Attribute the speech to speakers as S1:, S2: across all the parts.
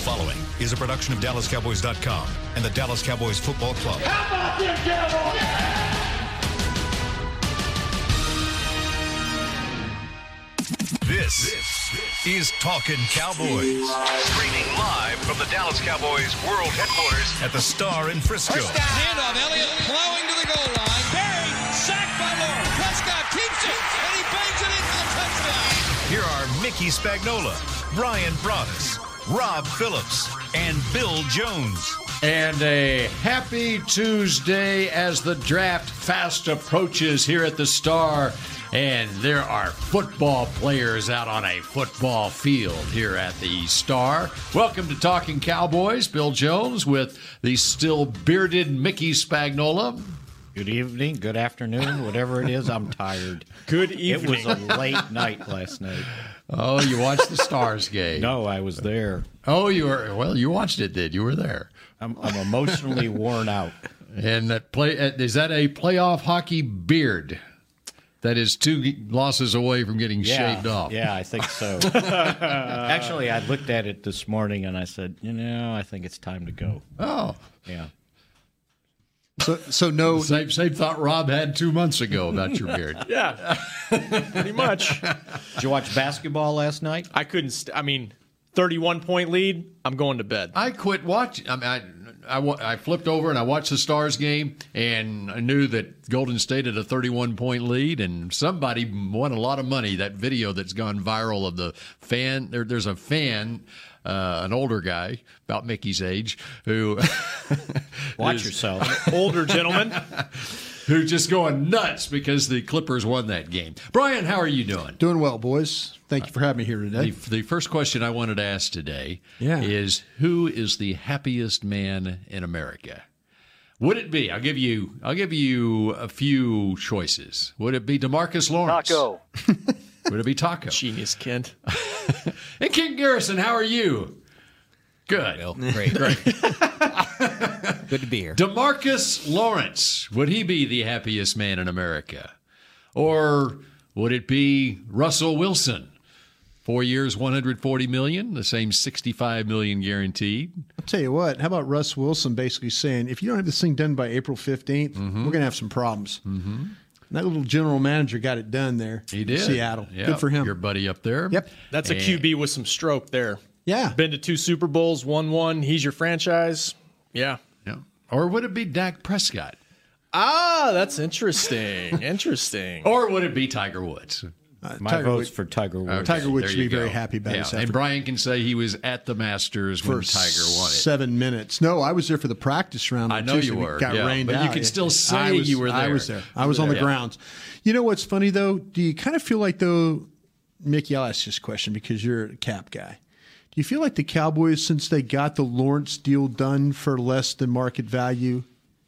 S1: following is a production of DallasCowboys.com and the Dallas Cowboys Football Club.
S2: How about them Cowboys?
S1: This, is Talking Cowboys. Streaming live from the Dallas Cowboys World Headquarters at the Star in Frisco.
S3: Handoff, Elliott plowing to the goal line. Buried, sacked by Lawrence. Prescott keeps it, and he bangs it in for the touchdown.
S1: Here are Mickey Spagnola, Brian Broaddus, Rob Phillips, and Bill Jones.
S4: And a happy Tuesday as the draft fast approaches here at the Star. And there are football players out on a football field here at the Star. Welcome to Talking Cowboys. Bill Jones with the still bearded Mickey Spagnola.
S5: Good evening, good afternoon, whatever it is. I'm tired. Good evening. It was a late night last night.
S4: Oh, you watched the Stars game.
S5: No, I was there.
S4: Oh, you were, well, you watched it, did you? You were there.
S5: I'm, I'm emotionally worn out.
S4: And that play uh, is that a playoff hockey beard that is two g- losses away from getting shaved off.
S5: Yeah, I think so. Actually, I looked at it this morning and I said, you know, I think it's time to go.
S4: Oh,
S5: Yeah.
S6: So, so no,
S4: same same thought Rob had two months ago about your beard.
S7: Yeah, pretty much.
S5: Did you watch basketball last night?
S7: I couldn't. St- I mean, thirty-one point lead. I'm going to bed.
S4: I quit watching. I mean, I, I wa- I flipped over and I watched the Stars game, and I knew that Golden State had a 31 point lead, and somebody won a lot of money. That video that's gone viral of the fan. There, there's a fan. Uh, an older guy about Mickey's age who
S5: Watch
S4: is-
S5: yourself.
S7: Older gentleman.
S4: who's just going nuts because the Clippers won that game. Brian, how are you doing?
S6: doing well, boys. Thank you for having me here
S4: The,
S6: today.
S4: the first question I wanted to ask today
S7: Yeah.
S4: is who is the happiest man in America? Would it be? I'll give you. I'll give you a few choices. Would it be Demarcus Lawrence? Taco. Would it be Taco?
S7: Genius, Kent.
S4: And King Garrison, how are you? Good. Great. Great.
S8: Good to be here.
S4: Demarcus Lawrence, would he be the happiest man in America? Or would it be Russell Wilson? Four years, 140 million, the same 65 million guaranteed.
S6: I'll tell you what. How about Russ Wilson basically saying, if you don't have this thing done by April 15th, we're going to have some problems. Mm-hmm. That little general manager got it done there.
S4: He
S6: in
S4: did.
S6: Seattle.
S4: Yeah,
S6: Good for him.
S4: Your buddy up there.
S6: Yep.
S7: That's a QB with some stroke there.
S6: Yeah.
S7: Been to two Super Bowls, won one. He's your franchise. Yeah.
S4: Yeah. Or would it be Dak Prescott?
S7: Ah, that's interesting. Interesting.
S4: Or would it be Tiger Woods?
S6: Uh,
S5: My
S6: Tiger
S5: vote's
S6: Woods-
S5: for Tiger Woods.
S6: Tiger Woods
S4: There
S6: should
S4: you
S6: be very
S4: go.
S6: happy about
S4: Yeah.
S6: his
S4: And
S6: effort.
S4: Brian can say he was at the Masters when
S6: for
S4: Tiger won it.
S6: seven minutes. No, I was there for the practice round.
S4: I
S6: on
S4: know you
S6: Tuesday. We
S4: were,
S6: Got
S4: yeah,
S6: rained
S4: but you
S6: out.
S4: could still
S6: I
S4: say
S6: was-
S4: you were
S6: I
S4: there.
S6: was there. I
S4: You
S6: was
S4: were
S6: on the
S4: there.
S6: grounds. You know what's funny though? Do you kind of feel like though, Mickey? I'll ask this question because you're a cap guy. Do you feel like the Cowboys, since they got the Lawrence deal done for less than market value,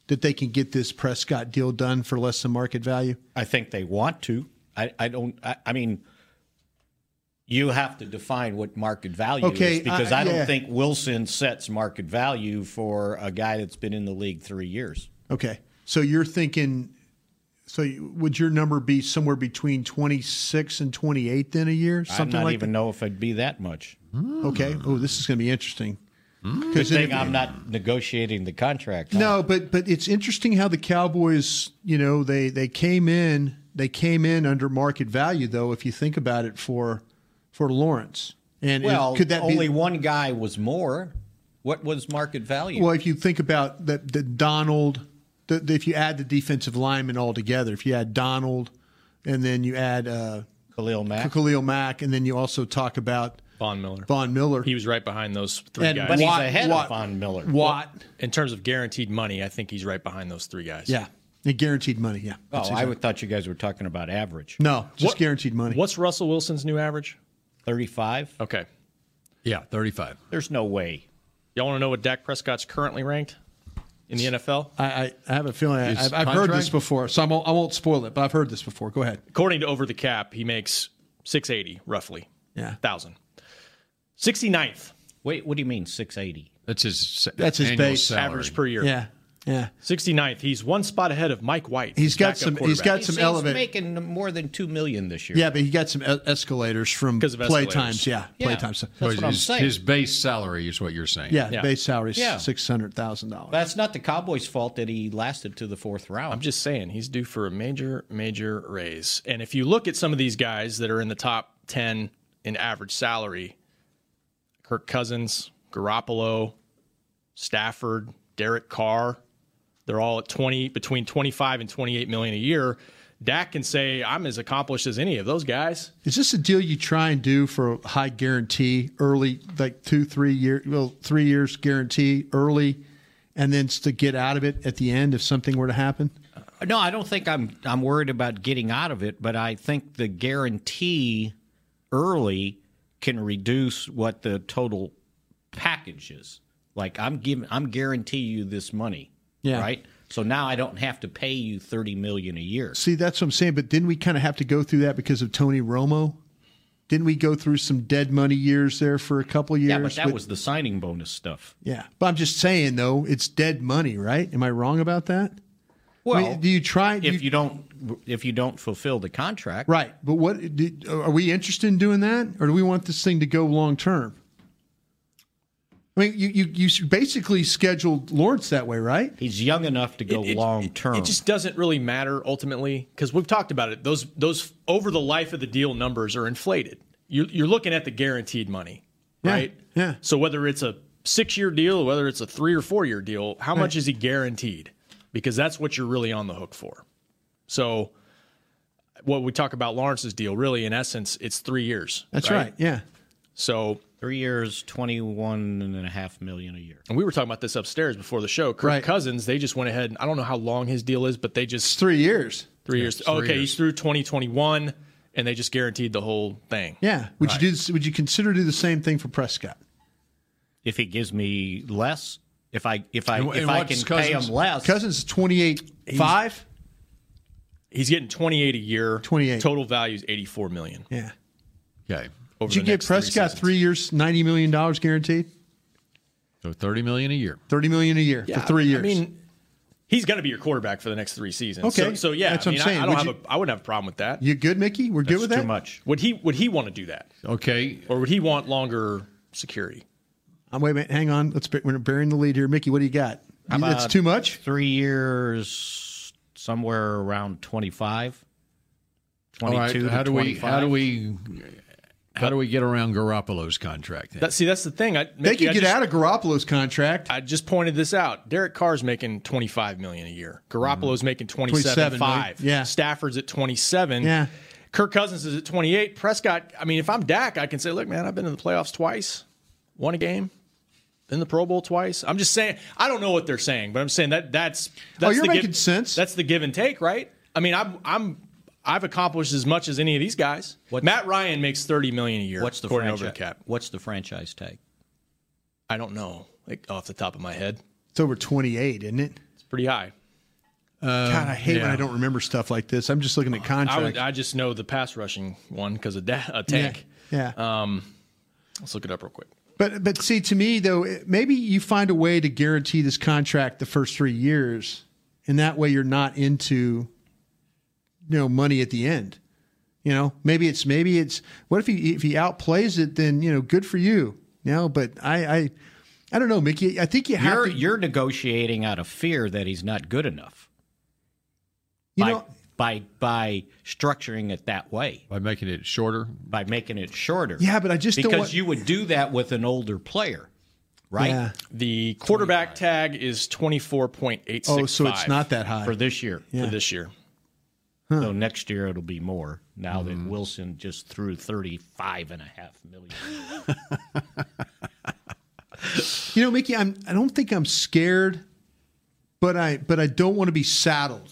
S6: that they can get this Prescott deal done for less than market value?
S5: I think they want to. I, I don't. I, I mean, you have to define what market value
S6: Okay,
S5: is because
S6: I-
S5: I, don't
S6: yeah.
S5: think Wilson sets market value for a guy that's been in the league three years.
S6: Okay, so you're thinking. So you- would your number be somewhere between 26 and 28 then a year?
S5: I'm
S6: Something
S5: not
S6: like that?
S5: even know if it'd be that much.
S6: Okay. Oh, this is going to be interesting. Because
S5: Hmm. Thing I'm not negotiating the contract. huh?
S6: no, but but it's interesting how the Cowboys, you know, they they came in they came in under market value though. If you think about it, for for Lawrence, and and
S5: Well,
S6: could that
S5: only
S6: be?
S5: one guy was more. What was market value?
S6: Well, if you think about that, the Donald, the, the, if you add the defensive linemen all together, if you add Donald, and then you add uh,
S5: Khalil Mack.
S6: Khalil Mack, and then you also talk about
S7: Von Miller.
S6: Von Miller
S7: He was right behind those three
S6: and
S7: guys.
S5: But he's
S6: Watt-
S5: ahead of
S6: Watt-
S5: Von Miller.
S6: Watt,
S7: In terms of guaranteed money, I think he's right behind those three guys.
S6: yeah, and guaranteed money, yeah.
S5: Oh,
S6: That's
S5: I
S6: exact-
S5: would thought you guys were talking about average.
S6: no, just
S7: What-
S6: guaranteed money.
S7: What's Russell Wilson's new average?
S5: 35?
S7: Okay.
S4: Yeah, 35.
S5: There's no way.
S7: Y'all want to know what Dak Prescott's currently ranked in the NFL?
S6: I, I, I have a feeling I,
S4: His
S6: I've, I've heard this
S4: contract?
S6: before, so I won't, I won't spoil it, but I've heard this before. Go ahead.
S7: according to over the cap he makes 680 roughly
S6: Yeah.
S7: thousand 69th
S5: Wait, what do you mean 680?
S4: That's his.
S6: That's his
S4: annual
S6: base.
S4: salary.
S7: average per year
S6: Yeah. Yeah.
S7: 69th. He's one spot ahead of Mike White.
S6: He's
S7: his
S6: got
S7: backup
S6: some- he's
S7: quarterback.
S6: got some
S5: He's
S6: elevate-
S5: making more than two million this year.
S6: Yeah, but he got some e- escalators from
S7: 'Cause of
S6: play
S7: escalators.
S6: times. Yeah,
S5: Yeah.
S6: play times.
S5: That's
S4: his,
S5: what I'm saying.
S4: his base salary is what you're saying.
S6: Yeah,
S7: Yeah.
S6: base salary is
S5: Yeah.
S6: six hundred thousand dollars.
S5: That's not the Cowboys' fault that he lasted to the fourth round.
S7: I'm just saying he's due for a major, major raise. And if you look at some of these guys that are in the top 10 in average salary, Kirk Cousins, Garoppolo, Stafford, Derek Carr, they're all at 20 between 25 and 28 million a year. Dak can say I'm as accomplished as any of those guys.
S6: Is this a deal you try and do for a high guarantee early, like two, three year, well, three years guarantee early, and then s- to get out of it at the end if something were to happen?
S5: No, I don't think I'm I'm worried about getting out of it, but I think the guarantee early can reduce what the total package is. Like I'm giving I'm guarantee you this money.
S6: Yeah.
S5: Right? So now I don't have to pay you thirty million a year.
S6: See, that's what I'm saying. But didn't we kind of have to go through that because of Tony Romo? Didn't we go through some dead money years there for a couple years?
S5: Yeah, but that
S6: with-
S5: was the signing bonus stuff.
S6: yeah. But I'm just saying though, it's dead money, right? Am I wrong about that? I mean, do you try? do
S5: if you don't if you don't fulfill the contract,
S6: Right, but what did, are we interested in doing that, or do we want this thing to go long term? I mean, you you you basically scheduled Lawrence that way, right?
S5: he's young enough to go
S7: It- it-
S5: long term.
S7: It just doesn't really matter ultimately because we've talked about it. Those those over the life of the deal numbers are inflated. You're, you're looking at the guaranteed money, right?
S6: yeah.
S7: So whether it's a six year deal, or whether it's a three or four year deal, how much is he guaranteed? Because that's what you're really on the hook for. So what we talk about Lawrence's deal, really in essence, it's three years.
S6: That's right. Yeah,
S7: So
S5: Three years, twenty one and a half million a year.
S7: and we were talking about this upstairs before the show. Kirk
S6: Right.
S7: Cousins, they just went ahead and I don't know how long his deal is, but they just
S6: three years.
S7: Three years. okay, he's through 2021, and they just guaranteed the whole thing.
S6: Yeah. Would you do? This, would you consider do the same thing for Prescott?
S5: if he gives me less, if I if I
S4: And-
S5: if
S4: and
S5: I can
S4: what's
S5: pay
S4: Cousins-
S5: him less,
S6: Cousins is twenty eight five.
S7: He's getting 28 a year.
S6: 28.
S7: Total value is 84 million.
S6: Yeah.
S4: Okay.
S7: Over
S6: Did you
S7: the
S6: get
S7: next three
S6: Prescott
S7: seasons.
S6: three, years, ninety million dollars guaranteed,
S4: So thirty million a year.
S6: thirty million a year
S7: Yeah,
S6: for three
S7: I
S6: years?
S7: mean, he's going to be your quarterback for the next three seasons.
S6: Okay,
S7: So, so yeah,
S6: that's
S7: I
S6: what
S7: mean,
S6: I'm
S7: I-
S6: saying.
S7: I, don't
S6: Would
S7: have a, I wouldn't have a problem with that.
S6: you good, Mickey? We're good with
S5: too
S6: that.
S5: much.
S7: Would he? Would he want to do that,
S4: Okay.
S7: or would he want longer security?
S6: Um, wait a minute. Hang on. Let's. bu- We're burying the lead here, Mickey. What do you got?
S7: uh,
S6: That's too much.
S5: Three years, somewhere around 25,
S4: All
S5: 22
S4: right.
S5: to
S4: How do we?
S5: 25.
S4: How do we? How do we get around Garoppolo's contract? Then?
S7: That see, that's the thing. I,
S6: They
S7: Mickey,
S6: could
S7: I
S6: get
S7: just-
S6: out of Garoppolo's contract.
S7: I just pointed this out. Derek Carr's making 25 million a year. Garoppolo's making 27
S6: 27, right?
S7: 5.
S6: Yeah.
S7: Stafford's at 27.
S6: Yeah.
S7: Kirk Cousins is at 28. Prescott, I mean, if I'm Dak, I can say, "Look, man, I've been in the playoffs twice. Won a game. Been in the Pro Bowl twice." I'm just saying, I don't know what they're saying, but I'm saying that that's that's
S6: Oh, you're
S7: the
S6: making sense.
S7: That's the give and take, right? I mean, I'm I'm I've accomplished as much as any of these guys. Matt Ryan makes 30 million a year.
S5: What's the
S7: according to
S5: franchise?
S7: over the cap?
S5: What's the franchise tag?
S7: I don't know. Like off the top of my head.
S6: It's over 28, isn't it?
S7: It's pretty high.
S6: God, I hate when I don't remember stuff like this. I'm just looking at
S7: Um, I, would,
S6: contracts.
S7: I just know the pass rushing one because of da- a tank.
S6: yeah.
S7: uh,
S6: yeah.
S7: Let's look it up real quick.
S6: but but see, to me though, it- maybe you find a way to guarantee this contract the first three years, and that way you're not into, you know, money at the end. You know, maybe it's maybe it's what if he if he outplays it, then you know, good for you. You know, but I I, I don't know, Mickey. I think you have
S5: You're
S6: to.
S5: you're negotiating out of fear that he's not good enough.
S6: You
S5: by,
S6: know,
S5: by by structuring it that way,
S4: By making it shorter.
S5: by making it shorter.
S6: Yeah, but I just don't
S5: because
S6: want-
S5: you would do that with an older player, right?
S6: Yeah.
S7: The quarterback tag is 24.865
S6: Oh, so it's not that high.
S5: For this year,
S7: for this year.
S5: So next year it'll be more now
S4: Mm-hmm.
S5: that Wilson just threw 35 and a half million.
S6: You know, Mickey, I'm I don't think I'm scared, but I but I don't want to be saddled.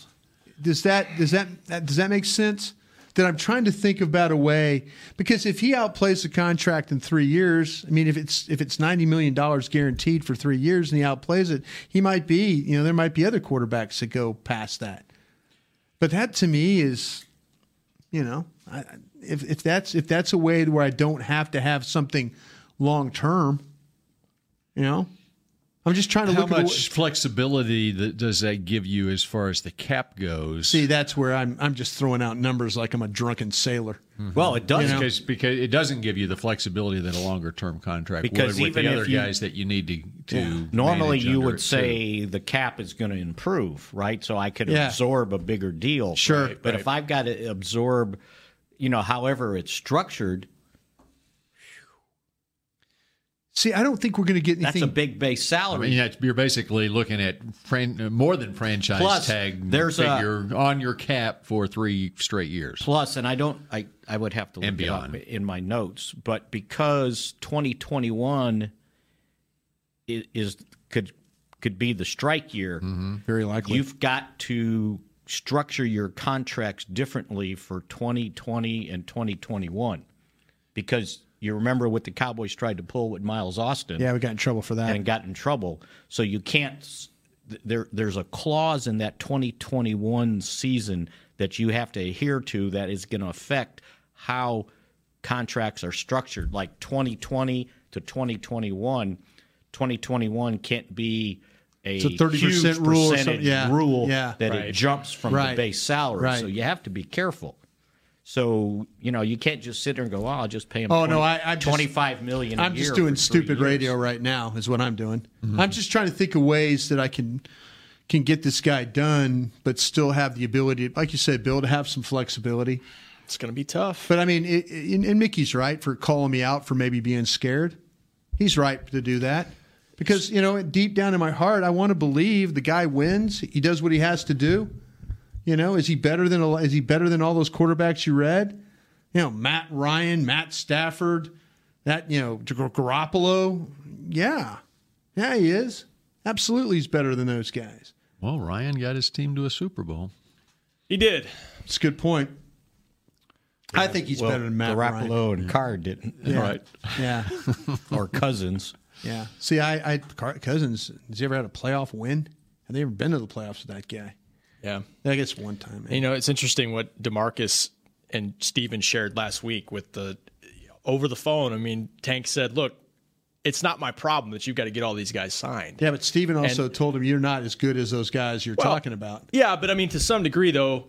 S6: Does that does that, that does that make sense? That I'm trying to think about a way because if he outplays the contract in three years, I mean, if it's if it's ninety million dollars guaranteed for three years and he outplays it, he might be you know there might be other quarterbacks that go past that. But that to me is, you know, I, I- if if that's if that's a way where I don't have to have something long term, you know, I'm just trying to
S4: How
S6: look at
S4: much flexibility that does that give you as far as the cap goes?
S6: See, that's where I'm. I'm just throwing out numbers like I'm a drunken sailor.
S5: Mm-hmm. Well, it does.
S4: because because it doesn't give you the flexibility that a longer term contract
S5: Because
S4: would with
S5: even
S4: the
S5: if
S4: other
S5: you-
S4: guys that you need to to
S5: Normally,
S4: manage
S5: you
S4: under it,
S5: would
S4: too.
S5: say the cap is going to improve, right? So I could
S6: Yeah.
S5: absorb a bigger deal.
S6: Sure.
S5: But if I've got to absorb, you know, however it's structured,
S6: See, I don't think we're going to get
S5: that's
S6: anything.
S5: a big base
S4: I
S5: salary.
S4: mean, that's- you're basically looking at fran- more than franchise
S5: Plus,
S4: tag
S5: there's a-
S4: figure on your cap for three straight years.
S5: Plus, and I don't, I, I would have to look
S4: And
S5: it up
S4: beyond.
S5: in my notes, but because 2021 is, is could could be the strike year,
S4: Mm-hmm.
S6: very likely.
S5: you've got to structure your contracts differently for 2020 and 2021 because you remember what the Cowboys tried to pull with Miles Austin
S6: yeah, we got in trouble for that.
S5: and got in trouble. So you can't. s- th- There, there's a clause in that 2021 season that you have to adhere to that is going to affect how contracts are structured. Like 2020 to 2021, 2021 can't be a,
S6: It's a 30%
S5: huge
S6: rule or
S5: percentage
S6: something. Yeah.
S5: rule
S6: Yeah.
S5: that it
S7: Right.
S5: jumps from
S6: Right.
S5: the base salary.
S6: Right.
S5: So you have to be careful. So you know you can't just sit there and go, "Oh, I'll just pay him."
S6: Oh, no, I- I'm just-
S5: 25 million a
S6: I'm
S5: year
S6: just
S5: for
S6: doing
S5: three
S6: stupid
S5: years. Mm-hmm.
S6: radio right now. Is what I'm doing. I'm just trying to think of ways that I can can get this guy done, but still have the ability, like you said, Bill, to have some flexibility.
S7: It's going to be tough.
S6: But I mean, it, and, and Mickey's right for calling me out for maybe being scared. He's right to do that because you know, deep down in my heart, I want to believe the guy wins. He does what he has to do. You know, is he better than a- is he better than all those quarterbacks you read? You know, Matt Ryan, Matt Stafford, that you know Gar- Garoppolo. Yeah, yeah, he is. Absolutely, he's better than those guys.
S4: Well, Ryan got his team to a Super Bowl.
S7: He did.
S6: It's a good point. I think he's better than Matt Ryan.
S5: Garoppolo and Carr didn't,
S6: Yeah. Yeah.
S5: or Cousins.
S6: Yeah. See, I, I Car- Cousins, has he ever had a playoff win? Have they ever been to the playoffs with that guy?
S7: Yeah.
S6: I guess one time. man.
S7: You know, it's interesting what Demarcus and Steven shared last week with the over the phone. I mean, Tank said, "Look, it's not my problem that you've got to get all these guys signed."
S6: Yeah, but Steven also told him you're not as good as those guys you're talking about.
S7: Yeah, but I mean, to some degree, though,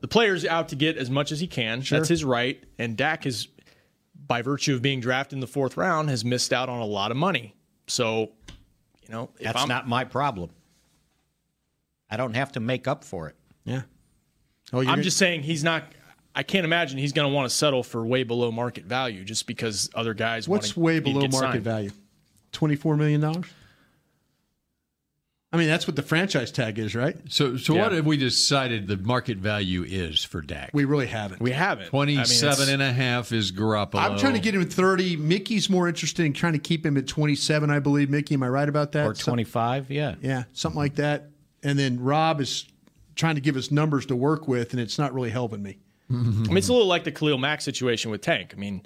S7: the player's out to get as much as he can. That's his right. And Dak is, by virtue of being drafted in the fourth round, has missed out on a lot of money. So, you know, if
S5: That's
S7: I'm,
S5: not my problem. I don't have to make up for it.
S6: Yeah. Oh, you're
S7: I'm
S6: gonna-
S7: just saying he's not. I can't imagine he's going to want to settle for way below market value just because other guys.
S6: What's
S7: wanna-
S6: way
S7: need to
S6: below
S7: get
S6: market
S7: signed.
S6: value? $24 million? I mean, that's what the franchise tag is, right?
S4: So, so what
S7: Yeah.
S4: have we decided the market value is for Dak?
S6: We really haven't.
S7: We haven't. I mean, it's-
S4: 27 and a half is Garoppolo.
S6: I'm trying to get him at 30. Mickey's more interested in trying to keep him at 27, I believe. Mickey, am I right about that?
S5: Or
S6: Some-
S5: 25, yeah.
S6: Yeah, something like that. And then Rob is trying to give us numbers to work with, and it's not really helping me.
S7: I mean, it's a little like the Khalil Mack situation with Tank. I mean,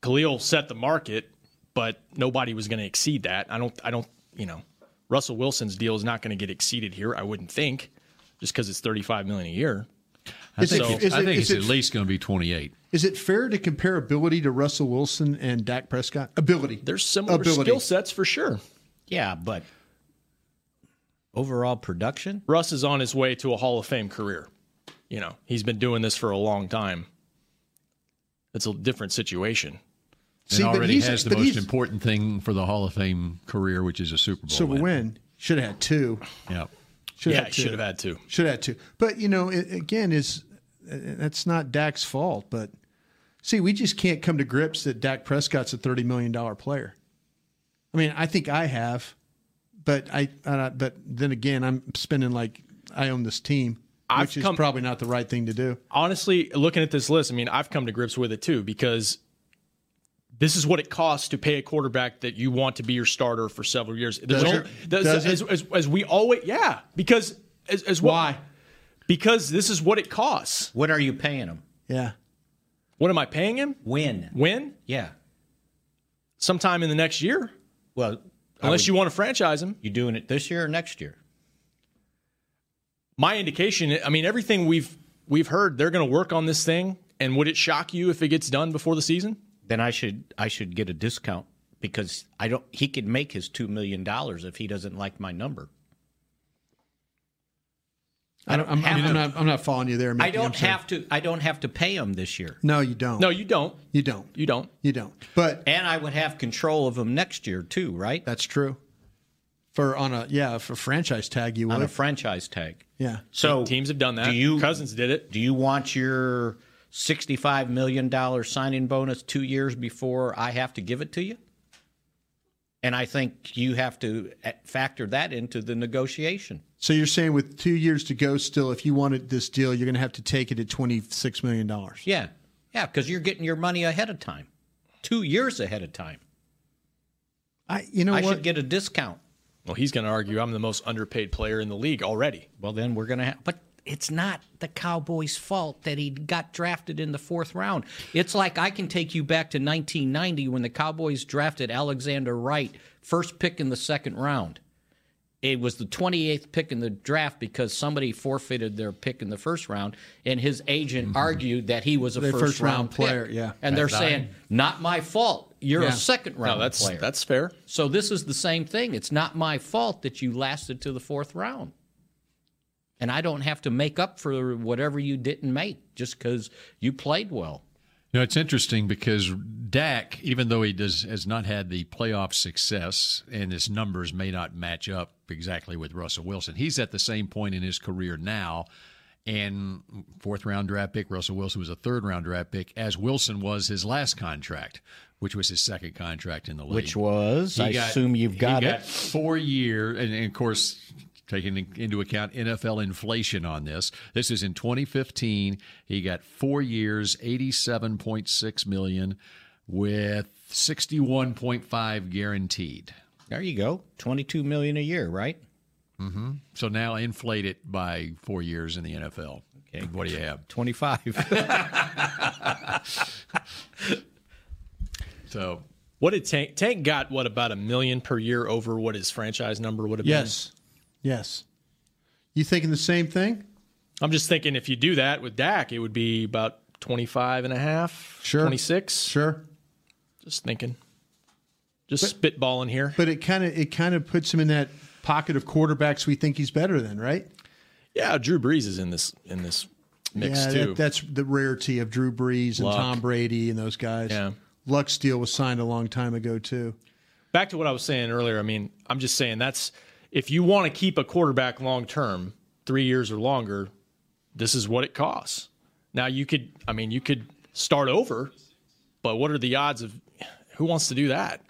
S7: Khalil set the market, but nobody was going to exceed that. I don't. I don't. You know, Russell Wilson's deal is not going to get exceeded here. I wouldn't think, just because it's thirty-five million a year.
S4: I think,
S7: so-
S4: it's-
S6: is
S4: I
S6: it-
S4: think
S6: is
S4: it's
S6: it-
S4: at least going to be 28.
S6: Is it fair to compare ability to Russell Wilson and Dak Prescott? Ability.
S7: There's similar
S6: Ability.
S7: skill sets for sure.
S5: Yeah, but overall production?
S7: Russ is on his way to a Hall of Fame career. You know, he's been doing this for a long time. It's a different situation.
S6: See,
S4: and
S6: but
S4: already
S6: he's-
S4: has the
S6: but
S4: most
S6: he's-
S4: important thing for the Hall of Fame career, which is a Super Bowl
S6: Super
S4: win.
S6: win. Should have had two.
S4: Yeah.
S6: Should
S7: yeah,
S6: have had
S7: he
S6: two.
S7: should have had two.
S6: Should have had two. But you know, it, again, is uh, that's not Dak's fault. But see, we just can't come to grips that Dak Prescott's a thirty million dollar player. I mean, I think I have, but I, uh, but then again, I'm spending like I own this team,
S7: I've
S6: which is
S7: come-
S6: probably not the right thing to do.
S7: honestly, looking at this list, I mean, I've come to grips with it too because this is what it costs to pay a quarterback that you want to be your starter for several years. There's
S6: Does
S7: no-
S6: it?
S7: there's-
S6: Does it?
S7: as, as, as we always, yeah, because as, as what-
S6: Why?
S7: Because this is what it costs.
S5: What are you paying them?
S6: Yeah,
S7: What am I paying him?
S5: When?
S7: When?
S5: Yeah.
S7: Sometime in the next year,
S5: Well,
S7: unless you want to franchise him.
S5: you doing it this year or next year?
S7: my indication i mean everything we've we've heard they're going to work on this thing and would it shock you if it gets done before the season
S5: Then I should I should get a discount because I don't. He could make his two million dollars if he doesn't like my number.
S6: I don't, I'm, I'm, I'm not. I'm not following you there. Mickey.
S5: I
S6: I'm
S5: don't
S6: sorry.
S5: have to. I don't have to pay him this year,
S6: No, you don't.
S7: No, you don't.
S6: you don't.
S7: You don't.
S6: You don't. But
S5: and I would have control of him next year too, right?
S6: that's true. For on a yeah for franchise tag you
S5: On
S6: would
S5: a franchise tag.
S6: yeah
S5: So
S7: Teams have done that.
S5: Do you
S7: Cousins did it.
S5: Do you want your sixty-five million dollar signing bonus two years before I have to give it to you? And I think you have to eh, factor that into the negotiation.
S6: So you're saying with two years to go still, if you wanted this deal, you're going to have to take it at twenty six million dollars.
S5: Yeah, yeah, because you're getting your money ahead of time, two years ahead of time.
S6: I, you know
S5: I
S6: what?
S5: should get a discount.
S7: Well, he's going to argue I'm the most underpaid player in the league already.
S5: Well, then we're gonna have, but. It's not the Cowboys' fault that he got drafted in the fourth round. It's like I can take you back to 1990 when the Cowboys drafted Alexander Wright, first pick in the second round. It was the 28th pick in the draft because somebody forfeited their pick in the first round, and his agent
S6: Mm-hmm.
S5: argued that he was a
S6: Their
S5: first, round,
S6: player,
S5: pick.
S6: yeah.
S5: and they're
S4: That's
S5: saying, "Not my fault. You're
S6: Yeah.
S5: a second round
S7: No, that's
S5: player."
S7: that's fair.
S5: So this is the same thing. It's not my fault that you lasted to the fourth round. And I don't have to make up for whatever you didn't make just because you played well.
S4: You know, it's interesting because Dak, even though he does has not had the playoff success and his numbers may not match up exactly with Russell Wilson, he's at the same point in his career now. And fourth round draft pick, Russell Wilson was a third round draft pick, as Wilson was his last contract, which was his second contract in the league.
S5: was,
S4: He got- he Four year, and, and of course, taking in- into account NFL inflation on this. This is in 2015. He got four years, 87.6 million, with 61.5 guaranteed.
S5: There you go. 22 million a year, right?
S4: So now inflate it by four years in the NFL. What do you have?
S5: 25.
S4: So
S7: What did Tank Tank got? What about a million per year over what his franchise number would have
S6: yes, yes. You thinking the same thing?
S7: been? I'm just thinking if you do that with Dak, it would be about 25 and a half,
S6: Sure.
S7: 26.
S6: Sure.
S7: Just thinking. Just spitballing here.
S6: But it kind of it kind of puts him in that pocket of quarterbacks we think he's better than, right?
S7: Yeah, Drew Brees is in this in this mix
S6: yeah,
S7: too.
S6: That, that's the rarity of Drew Brees and
S7: Luck.
S6: Tom Brady and those guys.
S7: Yeah.
S6: Luck's deal was signed a long time ago too.
S7: Back to what I was saying earlier. I mean, I'm just saying that's if you want to keep a quarterback long term, three years or longer, this is what it costs. Now you could, I mean, you could start over, but what are the odds of who wants to do that?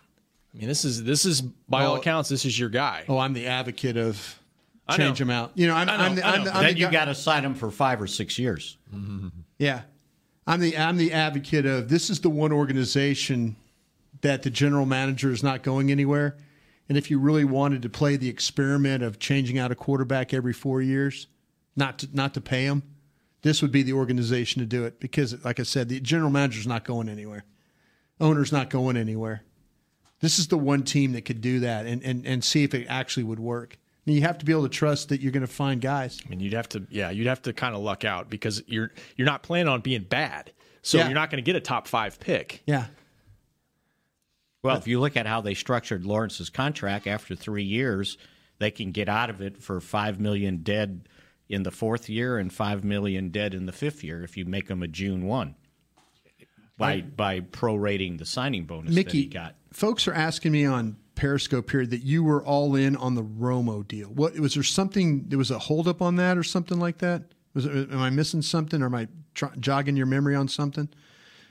S7: I mean, this is this is by all accounts, this is your guy.
S6: Oh, I'm the advocate of
S7: I know.
S6: change him out. You know, I'm,
S7: I know,
S6: I'm the,
S7: I
S6: I'm
S7: know.
S6: the, I'm
S5: then
S6: the
S5: you
S6: guy-
S5: got to sign him for five or six years.
S6: Yeah. I'm the I'm the advocate of this is the one organization that the general manager is not going anywhere. And if you really wanted to play the experiment of changing out a quarterback every 4 years, not to, not to pay him, this would be the organization to do it because like I said, the general manager's not going anywhere. Owner's not going anywhere. This is the one team that could do that and and, and see if it actually would work. And you have to be able to trust that you're going to find guys.
S7: I mean, you'd have to, yeah, you'd have to kind of luck out because you're you're not planning on being bad, so
S6: Yeah.
S7: you're not going to get a top five pick.
S6: Yeah.
S5: Well, if you look at how they structured Lawrence's contract after three years, they can get out of it for five million dead in the fourth year and five million dead in the fifth year if you make them a June one by by prorating the signing bonus that
S6: Mickey,
S5: he got.
S6: folks are asking me on Periscope here that you were all in on the Romo deal. What was there something? There was a holdup on that or something like that. Was it, am I missing something? Or am I tr- jogging your memory on something?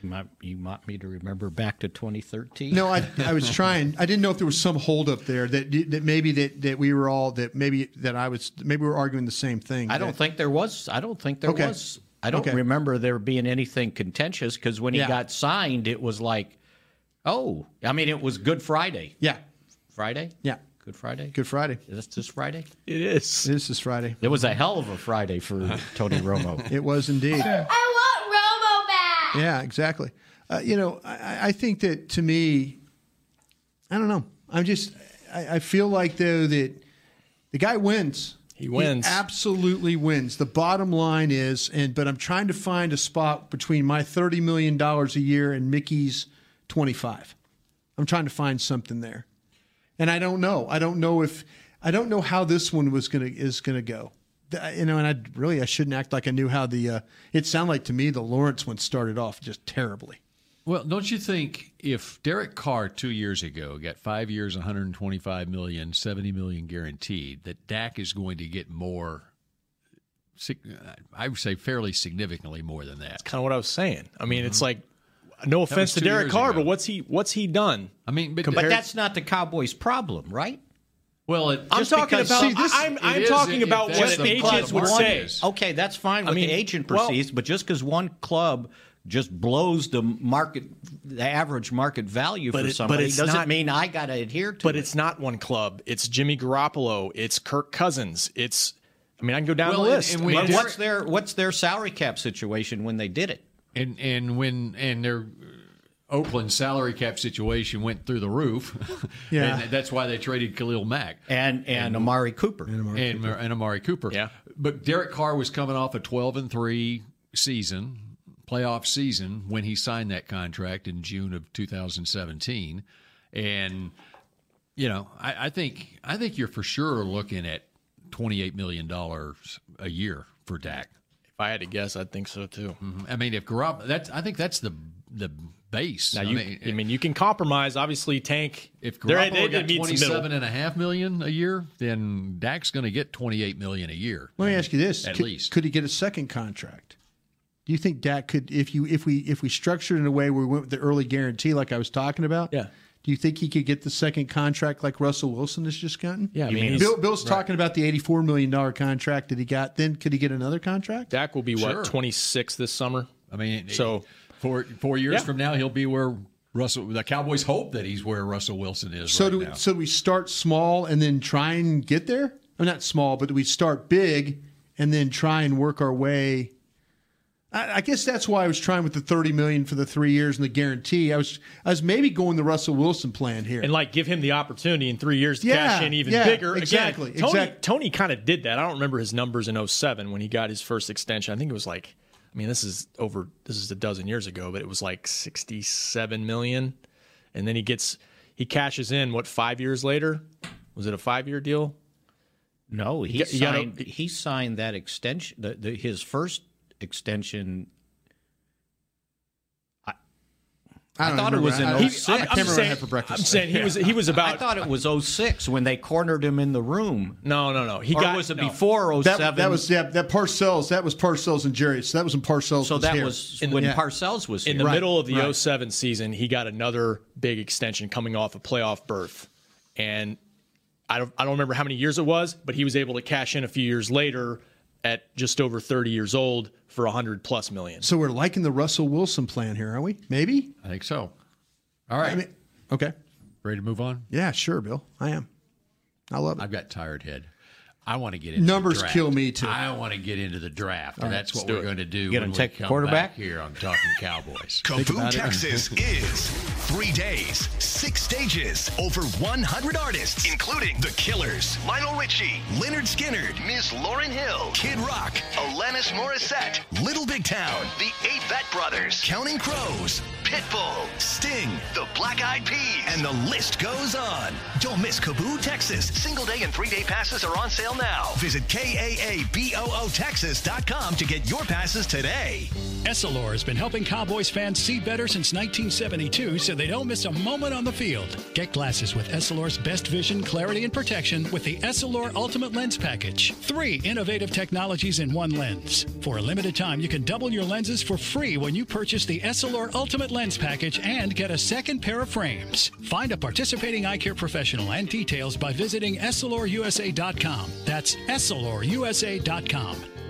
S5: You might, you want me to remember back to 2013?
S6: No, I, I was trying. I didn't know if there was some holdup there that that maybe that, that we were all that maybe that I was maybe we were arguing the same thing.
S5: I don't think there was. I don't think there
S6: Okay.
S5: was. I don't
S6: Okay.
S5: remember there being anything contentious because when he
S6: Yeah.
S5: got signed, it was like, oh, I mean, it was Good Friday.
S6: Yeah,
S5: Friday?
S6: yeah.
S5: Good Friday?
S6: Good Friday.
S5: Is this this Friday?
S7: It is.
S6: This is Friday.
S5: It was a hell of a Friday for Tony Romo.
S6: It was indeed.
S2: I want Romo back.
S6: Yeah, exactly. Uh, you know, I- I, I think that to me, I don't know. I'm just, I, I feel like though that the guy wins.
S7: He wins.
S6: absolutely wins. The bottom line is, and but I'm trying to find a spot between my thirty million dollars a year and Mickey's twenty five. I'm trying to find something there, and I don't know. I don't know if I don't know how this one was gonna is gonna go. Th- You know, and I really I shouldn't act like I knew how the. Uh, it sounded like to me the Lawrence one started off just terribly.
S4: Well, don't you think if Derek Carr two years ago got five years, 125 million, 70 million guaranteed, that Dak is going to get more? sig- uh, I would say fairly significantly more than that.
S7: Kind of what I was saying. I mean, it's like no offense to
S4: two
S7: Derek
S4: years
S7: Carr,
S4: ago.
S7: but what's he what's he done?
S4: I mean, but,
S5: But that's not the Cowboys' problem, right?
S4: well. It,
S7: I'm
S5: Just
S7: talking
S5: because-
S7: about.
S5: See,
S6: this-
S7: I'm, I'm
S4: it is
S7: talking
S4: if
S7: about
S4: that's
S7: what
S4: the
S7: agents
S4: club
S7: would
S4: market
S7: say.
S4: is.
S5: Okay, that's fine what
S7: mean,
S5: the agent
S7: well-
S5: perceives, but just because one club just blows the market, the average market value
S7: But
S5: for
S7: it- but
S5: somebody
S7: it's
S5: doesn't
S7: not-
S5: mean I got to adhere to
S7: But
S5: it.
S7: it's not one club. It's Jimmy Garoppolo. It's Kirk Cousins. It's. I mean, I can go down
S4: Well,
S7: the
S4: and-
S7: list.
S4: and
S7: I
S4: we
S7: mean,
S5: But
S4: did-
S5: what's their what's their salary cap situation when they did it?
S4: and and when and their uh, Oakland salary cap situation went through the roof.
S6: Yeah.
S4: and that's why they traded Khalil Mack.
S5: And and Amari Cooper.
S4: and, and Amari Cooper.
S7: Yeah.
S4: But Derek Carr was coming off a 12 and 3 season, playoff season, when he signed that contract in June of 2017. And, you know, I, I think I think you're for sure looking at $28 million a year for Dak.
S7: if I had to guess, I'd think so too.
S4: I mean, if Garopp, that's I think that's the the base.
S7: Now
S4: I
S7: you, I
S4: mean,
S7: mean, you can compromise. Obviously, tank.
S4: if
S7: they're-
S4: Garoppolo
S7: they- they
S4: got
S7: meet in the middle.
S4: 27 and a half million a year, then Dak's going to get 28 million a year.
S6: Let me ask you this:
S4: At
S6: could,
S4: least.
S6: could he get a second contract? Do you think Dak could, if you if we if we structured in a way where we went with the early guarantee, like I was talking about?
S7: Yeah.
S6: Do you think he could get the second contract like Russell Wilson has just gotten?
S7: Yeah, I mean, he's-
S6: Bill, Bill's talking about the eighty-four million dollar contract that he got. Then could he get another contract?
S7: Dak will be
S4: Sure.
S7: what twenty six this summer.
S4: I mean,
S7: So-
S4: four four years
S7: Yeah.
S4: from now, he'll be where Russell. The Cowboys hope that he's where Russell Wilson is.
S6: so
S4: right
S6: do we,
S4: now.
S6: so do we start small and then try and get there? I'm not small, but do we start big and then try and work our way? I, I guess that's why I was trying with the thirty million for the three years and the guarantee. I was I was maybe going the Russell Wilson plan here.
S7: and like give him the opportunity in three years to
S6: Yeah,
S7: cash in even
S6: yeah,
S7: bigger.
S6: exactly,
S7: Again, Tony,
S6: exact-
S7: Tony kind of did that. I don't remember his numbers in 07 when he got his first extension. I think it was like, I mean, this is over, this is a dozen years ago, but it was like 67 million. And then he gets, he cashes in what, five years later? Was it a five year deal?
S5: No, he
S7: You got- you gotta-
S5: signed. he signed that extension. The, the, his first extension. I,
S6: don't
S5: thought it
S6: remember.
S5: was in
S6: I- I-
S5: 06.
S6: I can't remember what I had for breakfast.
S7: I'm saying he was, he was about,
S5: I thought it was 06 when they cornered him in the room.
S7: no, no, no. He
S5: Or
S7: got,
S5: was it
S7: no.
S5: before 07?
S6: That, that was yeah, that Parcells. That was Parcells and Jerry. So that was in Parcells.
S5: so that
S6: hair.
S5: was when
S6: yeah.
S5: Parcells was
S7: in
S5: here.
S7: the middle of the 07 season, he got another big extension coming off a playoff berth. And I don't, I don't remember how many years it was, but he was able to cash in a few years later at just over 30 years old for 100 plus million.
S6: So we're liking the Russell Wilson plan here, are we? Maybe.
S4: I think so. All right,
S6: I mean, okay.
S4: ready to move on.
S6: Yeah, sure, Bill. I am. I love it.
S4: I've got tired head. I want to get into
S6: Numbers
S4: the draft.
S6: kill me, too.
S4: I want to get into the draft, and that's what we're going to do.
S5: Get
S4: when
S5: him
S4: we
S5: take
S4: come
S5: quarterback?
S4: back here on Talking Cowboys.
S1: Kaboom, Texas is three days, six stages, over 100 artists, including The Killers, Lionel Richie, Leonard Skinner, Ms. Lauren Hill, Kid Rock, Alanis Morissette, Little Big Town, The Eight Vet Brothers, Counting Crows, Pitbull, Sting, The Black Eyed Peas, and the list goes on. Don't miss Kaboo, Texas. Single day and three day passes are on sale now. Visit KAABOOTexas.com to get your passes today.
S9: Essilor has been helping Cowboys fans see better since 1972 so they don't miss a moment on the field. Get glasses with Essilor's best vision, clarity, and protection with the Essilor Ultimate Lens Package. Three innovative technologies in one lens. For a limited time, you can double your lenses for free when you purchase the Essilor Ultimate Lens Package and get a second pair of frames. Find a participating eye care professional and details by visiting EssilorUSA.com. That's EssilorUSA.com.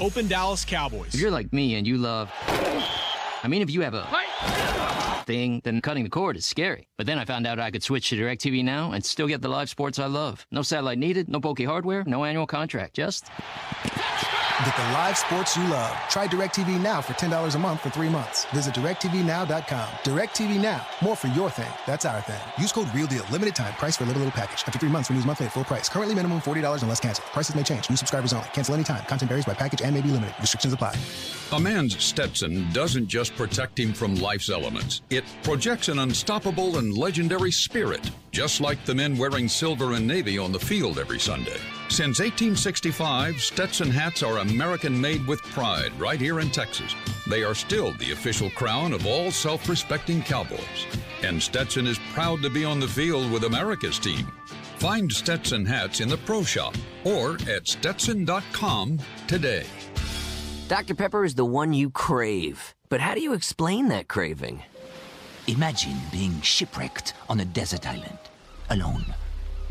S10: open Dallas Cowboys.
S11: If you're like me and you love. I mean, if you have a. thing, then cutting the cord is scary. But then I found out I could switch to DirecTV Now and still get the live sports I love. No satellite needed, no bulky hardware, no annual contract, just.
S12: Get the live sports you love. Try DirecTV Now for $10 a month for three months. Visit DirecTVNow.com. DirecTV Now. More for your thing. That's our thing. Use code REALDEAL. Limited time. Price for a little, little package. After three months, renews monthly at full price. Currently minimum $40 unless canceled. Prices may change. New subscribers only. Cancel anytime. Content varies by package and may be limited. Restrictions apply.
S13: A man's Stetson doesn't just protect him from life's elements, it projects an unstoppable and legendary spirit, just like the men wearing silver and navy on the field every Sunday. Since 1865, Stetson hats are American made with pride right here in Texas. They are still the official crown of all self respecting cowboys. And Stetson is proud to be on the field with America's team. Find Stetson hats in the pro shop or at stetson.com today.
S14: Dr. Pepper is the one you crave. But how do you explain that craving?
S15: Imagine being shipwrecked on a desert island, alone.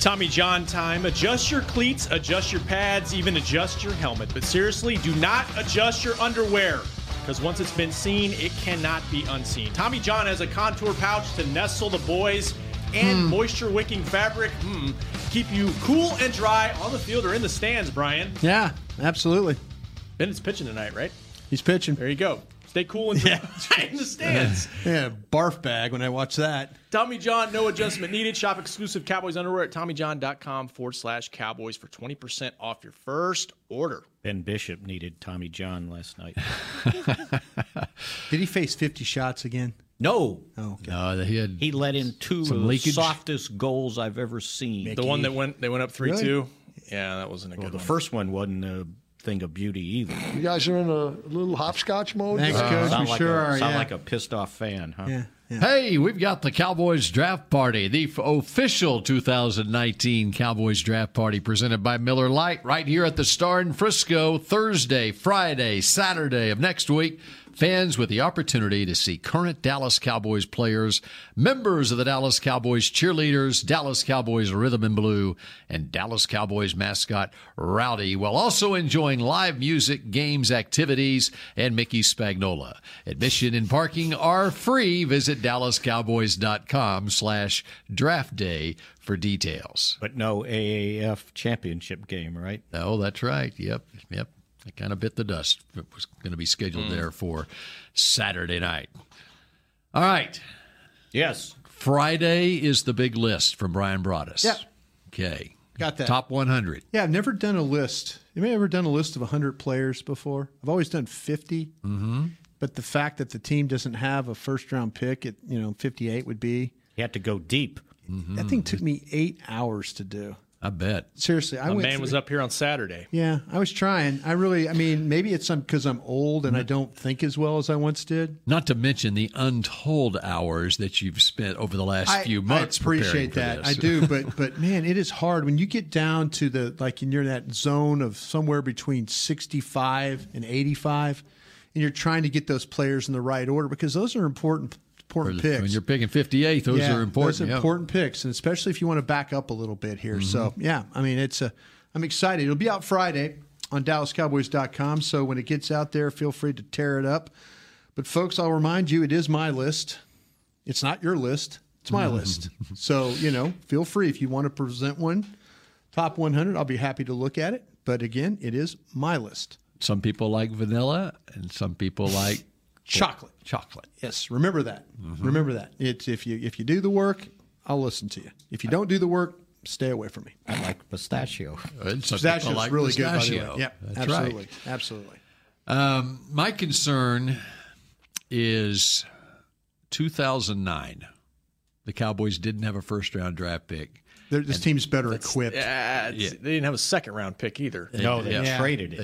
S10: Tommy John time. Adjust your cleats, adjust your pads, even adjust your helmet. But seriously, do not adjust your underwear because once it's been seen, it cannot be unseen. Tommy John has a contour pouch to nestle the boys and
S16: Hmm.
S10: moisture wicking fabric. Hmm. Keep you cool and dry on the field or in the stands, Brian.
S6: Yeah, absolutely.
S10: Bennett's pitching tonight, right?
S6: He's pitching.
S10: There you go. Stay cool and dry in the stands.
S6: Yeah, barf bag when I watch that.
S10: Tommy John, no adjustment needed. Shop exclusive Cowboys underwear at TommyJohn.com forward slash Cowboys for 20% off your first order.
S5: Ben Bishop needed Tommy John last night.
S6: Did he face 50 shots again?
S5: No.
S6: Oh,
S4: No, Uh, he had
S5: he let in two of
S4: some
S5: the
S4: leakage.
S5: softest goals I've ever seen.
S7: The one that went they went up three
S5: Really?
S7: two. Yeah, that wasn't a
S5: Well,
S7: good
S5: the
S7: one.
S5: first one wasn't a thing of beauty either.
S17: You guys are in a little hopscotch mode.
S5: Uh, sound like a,
S4: are,
S5: Sound
S4: yeah.
S5: like a pissed off fan, huh?
S4: Hey, we've got the Cowboys Draft Party, the f- official 2019 Cowboys Draft Party presented by Miller Lite right here at the Star in Frisco Thursday, Friday, Saturday of next week. Fans with the opportunity to see current Dallas Cowboys players, members of the Dallas Cowboys cheerleaders, Dallas Cowboys Rhythm and Blue, and Dallas Cowboys mascot Rowdy, while also enjoying live music, games, activities, and Mickey Spagnola. Admission and parking are free. Visit DallasCowboys.com slash draft day for details.
S5: But no AAF championship game, right?
S4: Oh, that's right. Yep. Yep. It kind of bit the dust. It was going to be scheduled
S5: Mm.
S4: there for Saturday night. All right.
S5: Yes.
S4: Friday is the big list from Brian Broaddus.
S6: Yep.
S4: Okay.
S6: Got that.
S4: Top 100.
S6: Yeah, I've never done a list. You may have ever done a list of 100 players before. I've always done 50.
S4: Mm-hmm.
S6: But the fact that the team doesn't have a first round pick at, you know, 58 would be.
S5: You had to go deep.
S6: That thing took me eight hours to do.
S4: I bet.
S6: Seriously, I
S7: A
S6: went
S7: man was
S6: through-
S7: up here on Saturday.
S6: Yeah, I was trying. I really, I mean, maybe it's because I'm old and I don't think as well as I once did.
S4: Not to mention the untold hours that you've spent over the last
S6: I,
S4: few months.
S6: I
S4: preparing
S6: appreciate
S4: for
S6: that.
S4: this.
S6: I do, but but man, it is hard when you get down to the like and you're in that zone of somewhere between 65 and 85 and you're trying to get those players in the right order because those are important important
S4: For the-
S6: picks.
S4: When you're picking 58, those
S6: Yeah,
S4: are important.
S6: Those are
S4: yeah.
S6: important picks, and especially if you want to back up a little bit here. So,
S4: Mhm.
S6: yeah, I mean, it's a. I'm excited. It'll be out Friday on DallasCowboys.com. So when it gets out there, feel free to tear it up. But folks, I'll remind you, it is my list. It's not your list. It's my list. So you know, feel free if you want to present one. Top 100. I'll be happy to look at it. But again, it is my list.
S4: Some people like vanilla, and some people like
S6: chocolate.
S4: Chocolate.
S6: Yes, remember that.
S4: Mm-hmm.
S6: Remember that. It's if you if you do the work, I'll listen to you. If you don't do the work, stay away from me.
S5: I like pistachio.
S4: And some
S6: Pistachio
S4: people
S6: is
S4: like
S6: really good. By the
S4: pistachio.
S6: way. Yep,
S4: That's right.
S6: absolutely, absolutely.
S4: Um, my concern is 2009. The Cowboys didn't have a first round draft pick.
S6: They're- This team's better equipped.
S7: Yeah, it's- They didn't have a second round pick either.
S4: Yeah.
S7: They,
S4: They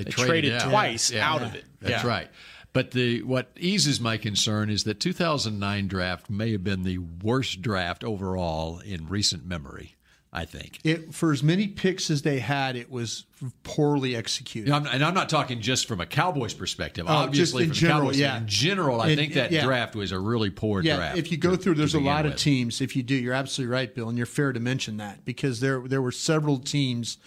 S7: traded,
S4: it out.
S7: twice
S4: Yeah.
S7: out of it.
S4: That's
S7: Yeah.
S4: right. But the what eases my concern is that 2009 draft may have been the worst draft overall in recent memory. I think.
S6: It for as many picks as they had, it was poorly executed.
S4: Yeah, I'm- and I'm not talking just from a Cowboys perspective.
S6: Oh, just
S4: Obviously,
S6: in
S4: from the
S6: general,
S4: Cowboys,
S6: yeah.
S4: in general, I
S6: In-
S4: think that
S6: yeah.
S4: draft was a really poor
S6: yeah,
S4: draft.
S6: if you go through, there's a
S4: begin
S6: lot of
S4: with.
S6: teams. If you do, you're absolutely right, Bill, and you're fair to mention that because there there were several teams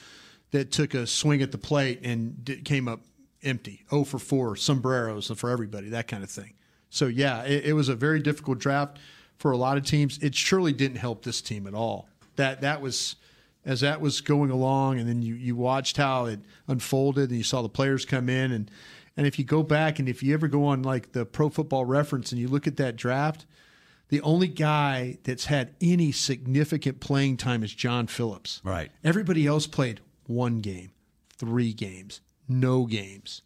S6: that took a swing at the plate and did, came up empty, 0 for 4, sombreros for everybody, that kind of thing. So yeah, it, it was a very difficult draft for a lot of teams. It surely didn't help this team at all. That that was as that was going along, and then you you watched how it unfolded, and you saw the players come in and. And if you go back and if you ever go on like the pro football reference and you look at that draft, the only guy that's had any significant playing time is John Phillips.
S4: Right.
S6: Everybody else played one game, three games, no games.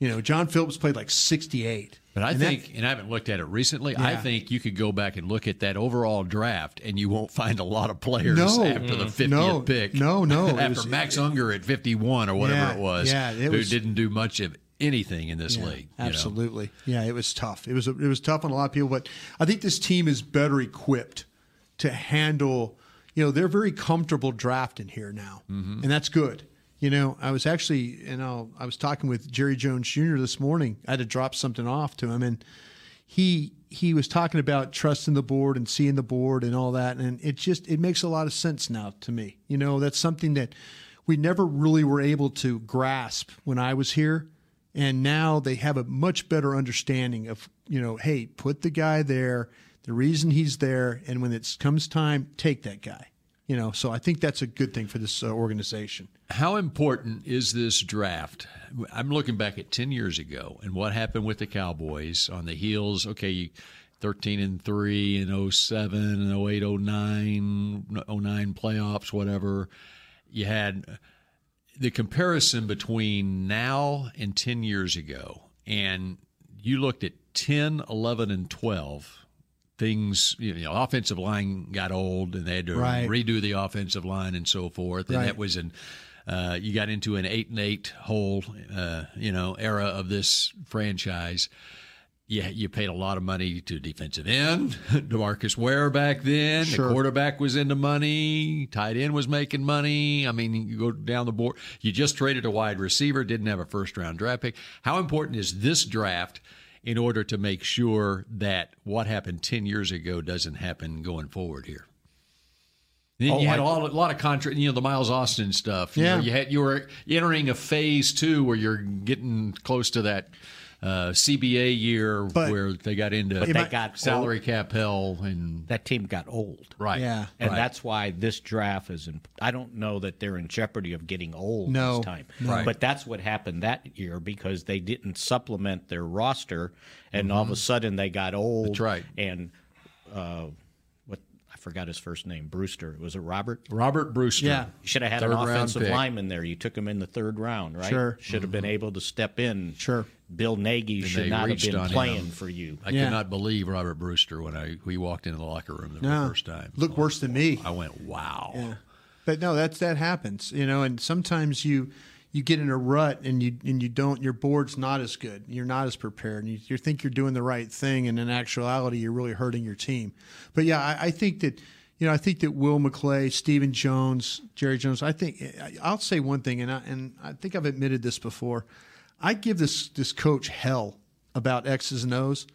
S6: You know, John Phillips played like 68.
S4: But I
S6: And that-
S4: think, and I haven't looked at it recently. I
S6: Yeah.
S4: think you could go back and look at that overall draft, and you won't find a lot of players
S6: No.
S4: after the
S6: Mm.
S4: fiftieth
S6: No.
S4: pick.
S6: No, no. It
S4: after
S6: was-
S4: Max Unger at fifty-one or whatever
S6: Yeah,
S4: it was,
S6: yeah, it
S4: who
S6: was-
S4: didn't do much of anything in this
S6: Yeah,
S4: league. you know?
S6: Absolutely. Yeah, it was tough. It was it was tough on a lot of people, but I think this team is better equipped to handle. You know, they're very comfortable drafting here now,
S4: Mm-hmm.
S16: Mhm.
S6: and that's good. You know, I was actually, you know, I was talking with Jerry Jones Jr. this morning. I had to drop something off to him, and he he was talking about trusting the board and seeing the board and all that and it just it makes a lot of sense now to me you know that's something that we never really were able to grasp when i was here and now they have a much better understanding of you know hey put the guy there the reason he's there and when it comes time take that guy you know so i think that's a good thing for this uh, organization
S4: How important is this draft? I'm looking back at 10 years ago and what happened with the Cowboys on the heels. Okay, you 13 and 3 and 07 and 08, 09, 09 playoffs, whatever. You had the comparison between now and 10 years ago. And you looked at 10, 11, and 12. Things, you know, offensive line got old and they had to
S6: Right.
S4: redo the offensive line and so forth. And
S6: Right.
S4: that was an uh, you got into an eight and eight whole uh, you know era of this franchise. You, you paid a lot of money to defensive end, Demarcus Ware back then.
S6: Sure.
S4: The quarterback was into money. Tight end was making money. I mean, you go down the board. You just traded a wide receiver, didn't have a first round draft pick. How important is this draft in order to make sure that what happened 10 years ago doesn't happen going forward here? Then
S6: Oh,
S4: you had
S6: I-
S4: a lot, a lot of contract, you know, the Miles Austin stuff. You
S6: Yeah.
S4: know, you had you were entering a phase two where you're getting close to that uh, CBA year where they got into
S5: But they got
S4: salary
S5: old.
S4: cap hell and
S5: that team got old,
S4: right?
S6: Yeah.
S5: and
S4: Right.
S5: that's why this draft is. In, I don't know that they're in jeopardy of getting old
S6: No,
S5: this time,
S6: no. Right.
S5: but that's what happened that year because they didn't supplement their roster, and all of a
S4: Mm-hmm.
S5: sudden they got old. That's right, and uh, what I forgot his first name, Brewster. Was it Robert?
S4: Robert Brewster.
S5: Yeah, you should have had an
S4: Third-round
S5: offensive
S4: pick. Mm-hmm.
S5: lineman there. You took him in the third round, right?
S6: Sure.
S5: should have been able to step in.
S6: Sure,
S5: Bill Nagy
S4: And
S5: should
S4: they
S5: not have
S4: reached
S5: been
S4: on
S5: playing
S4: him.
S5: for you.
S4: I could not believe Robert Brewster when I we walked into the locker room the
S6: No.
S4: first time.
S6: Looked worse than me.
S4: I went, wow.
S6: Yeah. But no, that's that happens, you know, and sometimes you you get in a rut and you and you don't your board's not as good. You're not as prepared. And you, you think you're doing the right thing and in actuality you're really hurting your team. But yeah, I, I think that you know, I think that Will McClay, Stephen Jones, Jerry Jones, I think I- I'll say one thing and I, and I think I've admitted this before. I give this this coach hell about X's and O's,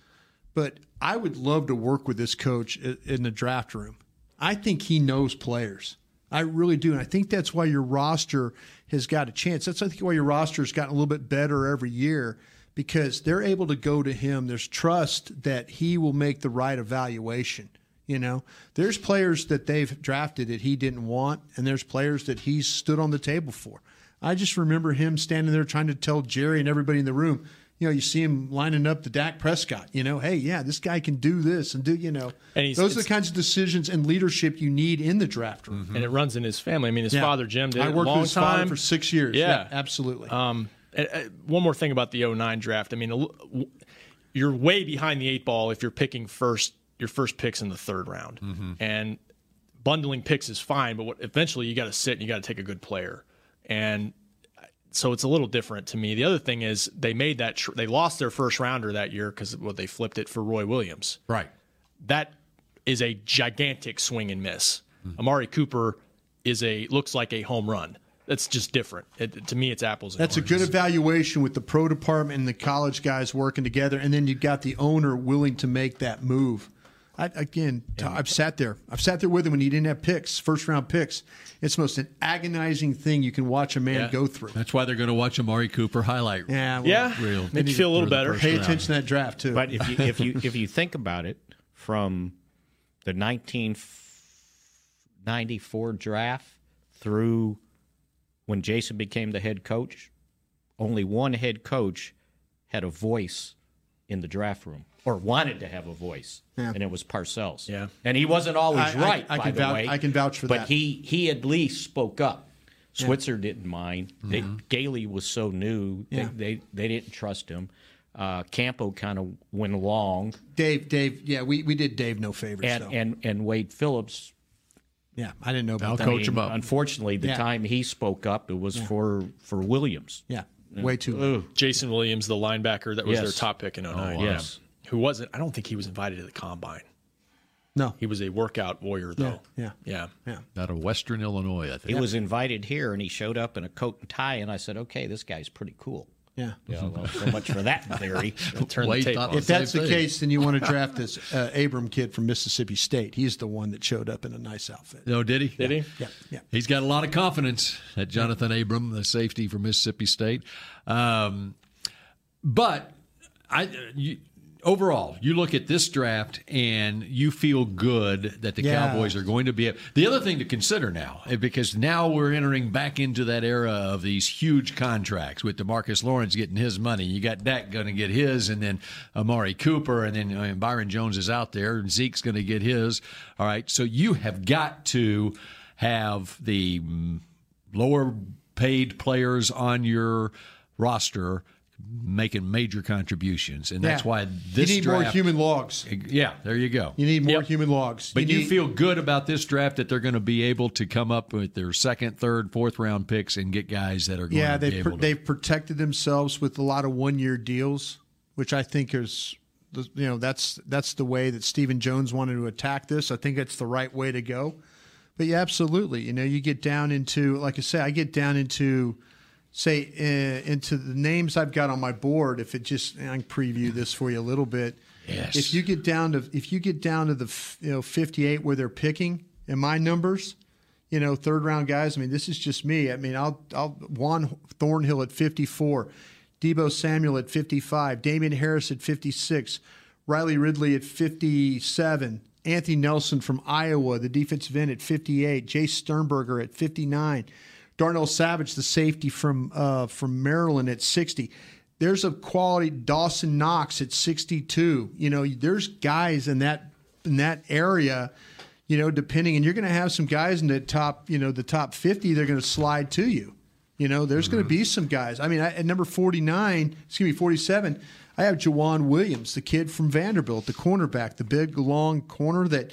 S6: but I would love to work with this coach i- in the draft room. I think he knows players. I really do, and I think that's why your roster has got a chance. That's I think why your roster has gotten a little bit better every year because they're able to go to him. There's trust that he will make the right evaluation. You know, there's players that they've drafted that he didn't want, and there's players that he's stood on the table for. I just remember him standing there trying to tell Jerry and everybody in the room, you know, you see him lining up the Dak Prescott, you know, hey, yeah, this guy can do this and do, you know,
S7: And he's-
S6: those are the
S7: it's-
S6: kinds of decisions and leadership you need in the draft room.
S7: and it runs in his family. I mean, his
S6: Mm-hmm. Yeah.
S7: father Jim did
S6: I
S7: it a
S6: worked with
S7: long
S6: his father
S7: time
S6: for six years.
S7: Yeah,
S6: Yeah, absolutely.
S7: Um, and, uh, one more thing about the 09 draft. I mean, a l- w- you're way behind the eight ball if you're picking first your first picks in the third round,
S6: Mm-hmm.
S7: and bundling picks is fine, but what, eventually you got to sit and you got to take a good player, and uh, so it's a little different to me. The other thing is they made that tr- they lost their first rounder that year because well they flipped it for Roy Williams.
S4: Right.
S6: Hmm.
S7: That is a gigantic swing and miss. Amari Cooper is a looks like a home run. That's just different. It, to me, it's apples. and
S6: That's a
S7: oranges.
S6: good evaluation with the pro department and the college guys working together, and then you got the owner willing to make that move. I, again, t- I've sat there. I've sat there with him when he didn't have picks, first round picks. It's the most an agonizing thing you can watch a man
S4: Yeah.
S6: go through.
S4: That's why they're going to watch Amari Cooper highlight.
S6: Yeah, well,
S4: real.
S6: Make you feel a little better. Pay attention to that
S5: draft
S6: too.
S5: But if you if you if you think about it, from the nineteen ninety four draft through when Jason became the head coach, only one head coach had a voice in the draft room or wanted to have a voice,
S6: Yeah.
S5: and it was Parcells.
S7: Yeah,
S5: and he wasn't always
S6: I- I-
S5: right.
S6: I
S5: by
S6: can
S5: the
S6: vouch-
S5: way,
S6: I can vouch for
S5: but
S6: that.
S5: he he at least spoke up.
S6: Yeah.
S5: Switzer didn't mind. They,
S6: Mhm.
S5: Gailey was so new, they,
S6: Yeah.
S5: they they didn't trust him. Uh, Campo kind of went along,
S6: Dave. Dave. Yeah, we, we did Dave no favors.
S5: and
S6: though.
S5: and and Wade Phillips.
S6: yeah, I didn't know about
S5: I
S6: that.
S5: mean, Unfortunately, the
S6: Yeah.
S5: time he spoke up, it was
S6: Yeah.
S5: for for Williams.
S6: Yeah, way too.
S7: Jason Williams, the linebacker that was their
S5: Yes.
S7: top pick in 09.
S5: Oh, wow. Yes.
S7: Who wasn't? I don't think he was invited to the combine.
S6: No.
S7: He was a workout warrior, though.
S6: Yeah.
S7: Yeah.
S6: Yeah.
S4: Out of Western Illinois, I
S5: He
S4: think.
S5: was invited here, and he showed up in a coat and tie, and I said, "Okay, this guy's pretty cool."
S6: Yeah.
S5: Yeah, well, so much for that theory.
S7: Turn the Wade tape thought on.
S6: If that's the case, then you want to draft this uh, Abram kid from Mississippi State. He's the one that showed up in a nice outfit.
S4: No, Oh, did he? Did
S7: he?
S6: Yeah, yeah.
S4: He's got a lot of confidence at Jonathan Abram, the safety from Mississippi State. Um, but I, you, overall, you look at this draft and you feel good that the
S6: Yeah.
S4: Cowboys are going to be. The other thing to consider now, eh, because now we're entering back into that era of these huge contracts with Demarcus Lawrence getting his money. You got Dak going to get his, and then Amari Cooper, and then uh, Byron Jones is out there, and Zeke's going to get his. All right, so you have got to have the mm, lower paid players on your roster making major contributions, and that's
S6: Yeah.
S4: why this
S6: you need more
S4: draft.
S6: human logs.
S4: yeah, there you go.
S6: You need more human logs.
S4: But you
S6: need-
S4: feel good about this draft that they're going to be able to come up with their second, third, fourth round picks and get guys that are going
S6: yeah,
S4: to be
S6: they've
S4: able
S6: pr-
S4: to.
S6: they've protected themselves with a lot of one year deals, which I think is the- you know that's that's the way that Stephen Jones wanted to attack this. I think it's the right way to go. But yeah, absolutely. You know, you get down into like I say, I get down into say uh, into the names I've got on my board. If it just and I can preview this for you a little bit.
S4: Yes.
S6: If you get down to if you get down to the f- you know 58 where they're picking in my numbers, you know third round guys. I mean this is just me. I mean I'll I'll Juan Thornhill at 54, Debo Samuel at 55, Damian Harris at 56, Riley Ridley at 57, Anthony Nelson from Iowa, the defensive end at 58, Jay Sternberger at 59, Darnell Savage, the safety from uh, from Maryland at 60. There's a quality Dawson Knox at 62. You know, there's guys in that in that area. You know, depending, and you're going to have some guys in the top. You know, the top 50. They're going to slide to you. You know, there's going to be some guys. I mean, I, at number 49, excuse me, 47, I have Jawan Williams, the kid from Vanderbilt, the cornerback, the big long corner that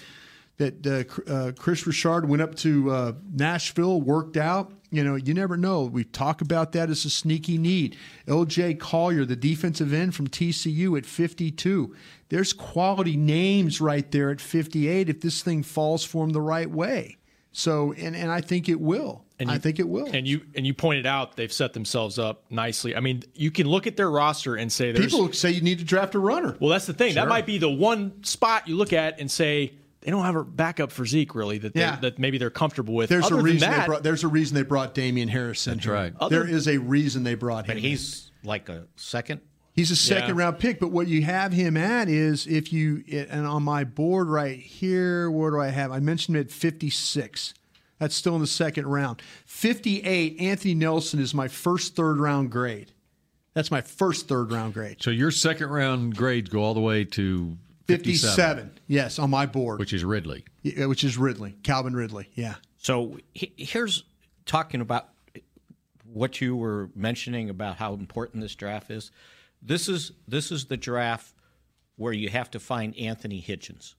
S6: that uh, Cr- uh, Chris Richard went up to uh, Nashville, worked out. You know, you never know. We talk about that as a sneaky need. L.J. Collier, the defensive end from TCU at 52. There's quality names right there at 58 if this thing falls for him the right way. So, and, and I think it will. I think it will.
S7: And you and you pointed out they've set themselves up nicely. I mean, you can look at their roster and say there's
S6: People say you need to draft a runner.
S7: Well, that's the thing.
S6: Sure.
S7: That might be the one spot you look at and say they don't have a backup for Zeke really that they,
S6: Yeah.
S7: that maybe they're comfortable with.
S6: There's
S7: Other
S6: a
S7: than
S6: reason.
S7: that-
S6: they brought, there's a reason they brought Damian Harris in. That's right. there
S5: Other-
S6: is a reason they brought him.
S5: But he's like a second.
S6: He's a second
S5: Yeah.
S6: round pick, but what you have him at is if you and on my board right here, where do I have? I mentioned him at 56. That's still in the second round. 58, Anthony Nelson is my first third round grade. That's my first third round grade.
S4: So your second round grades go all the way to
S6: 57. Yes, on my board.
S4: which is Ridley.
S6: Yeah, which is Ridley, Calvin Ridley. Yeah.
S5: So he- here's talking about what you were mentioning about how important this draft is. This is this is the draft where you have to find Anthony Hitchens.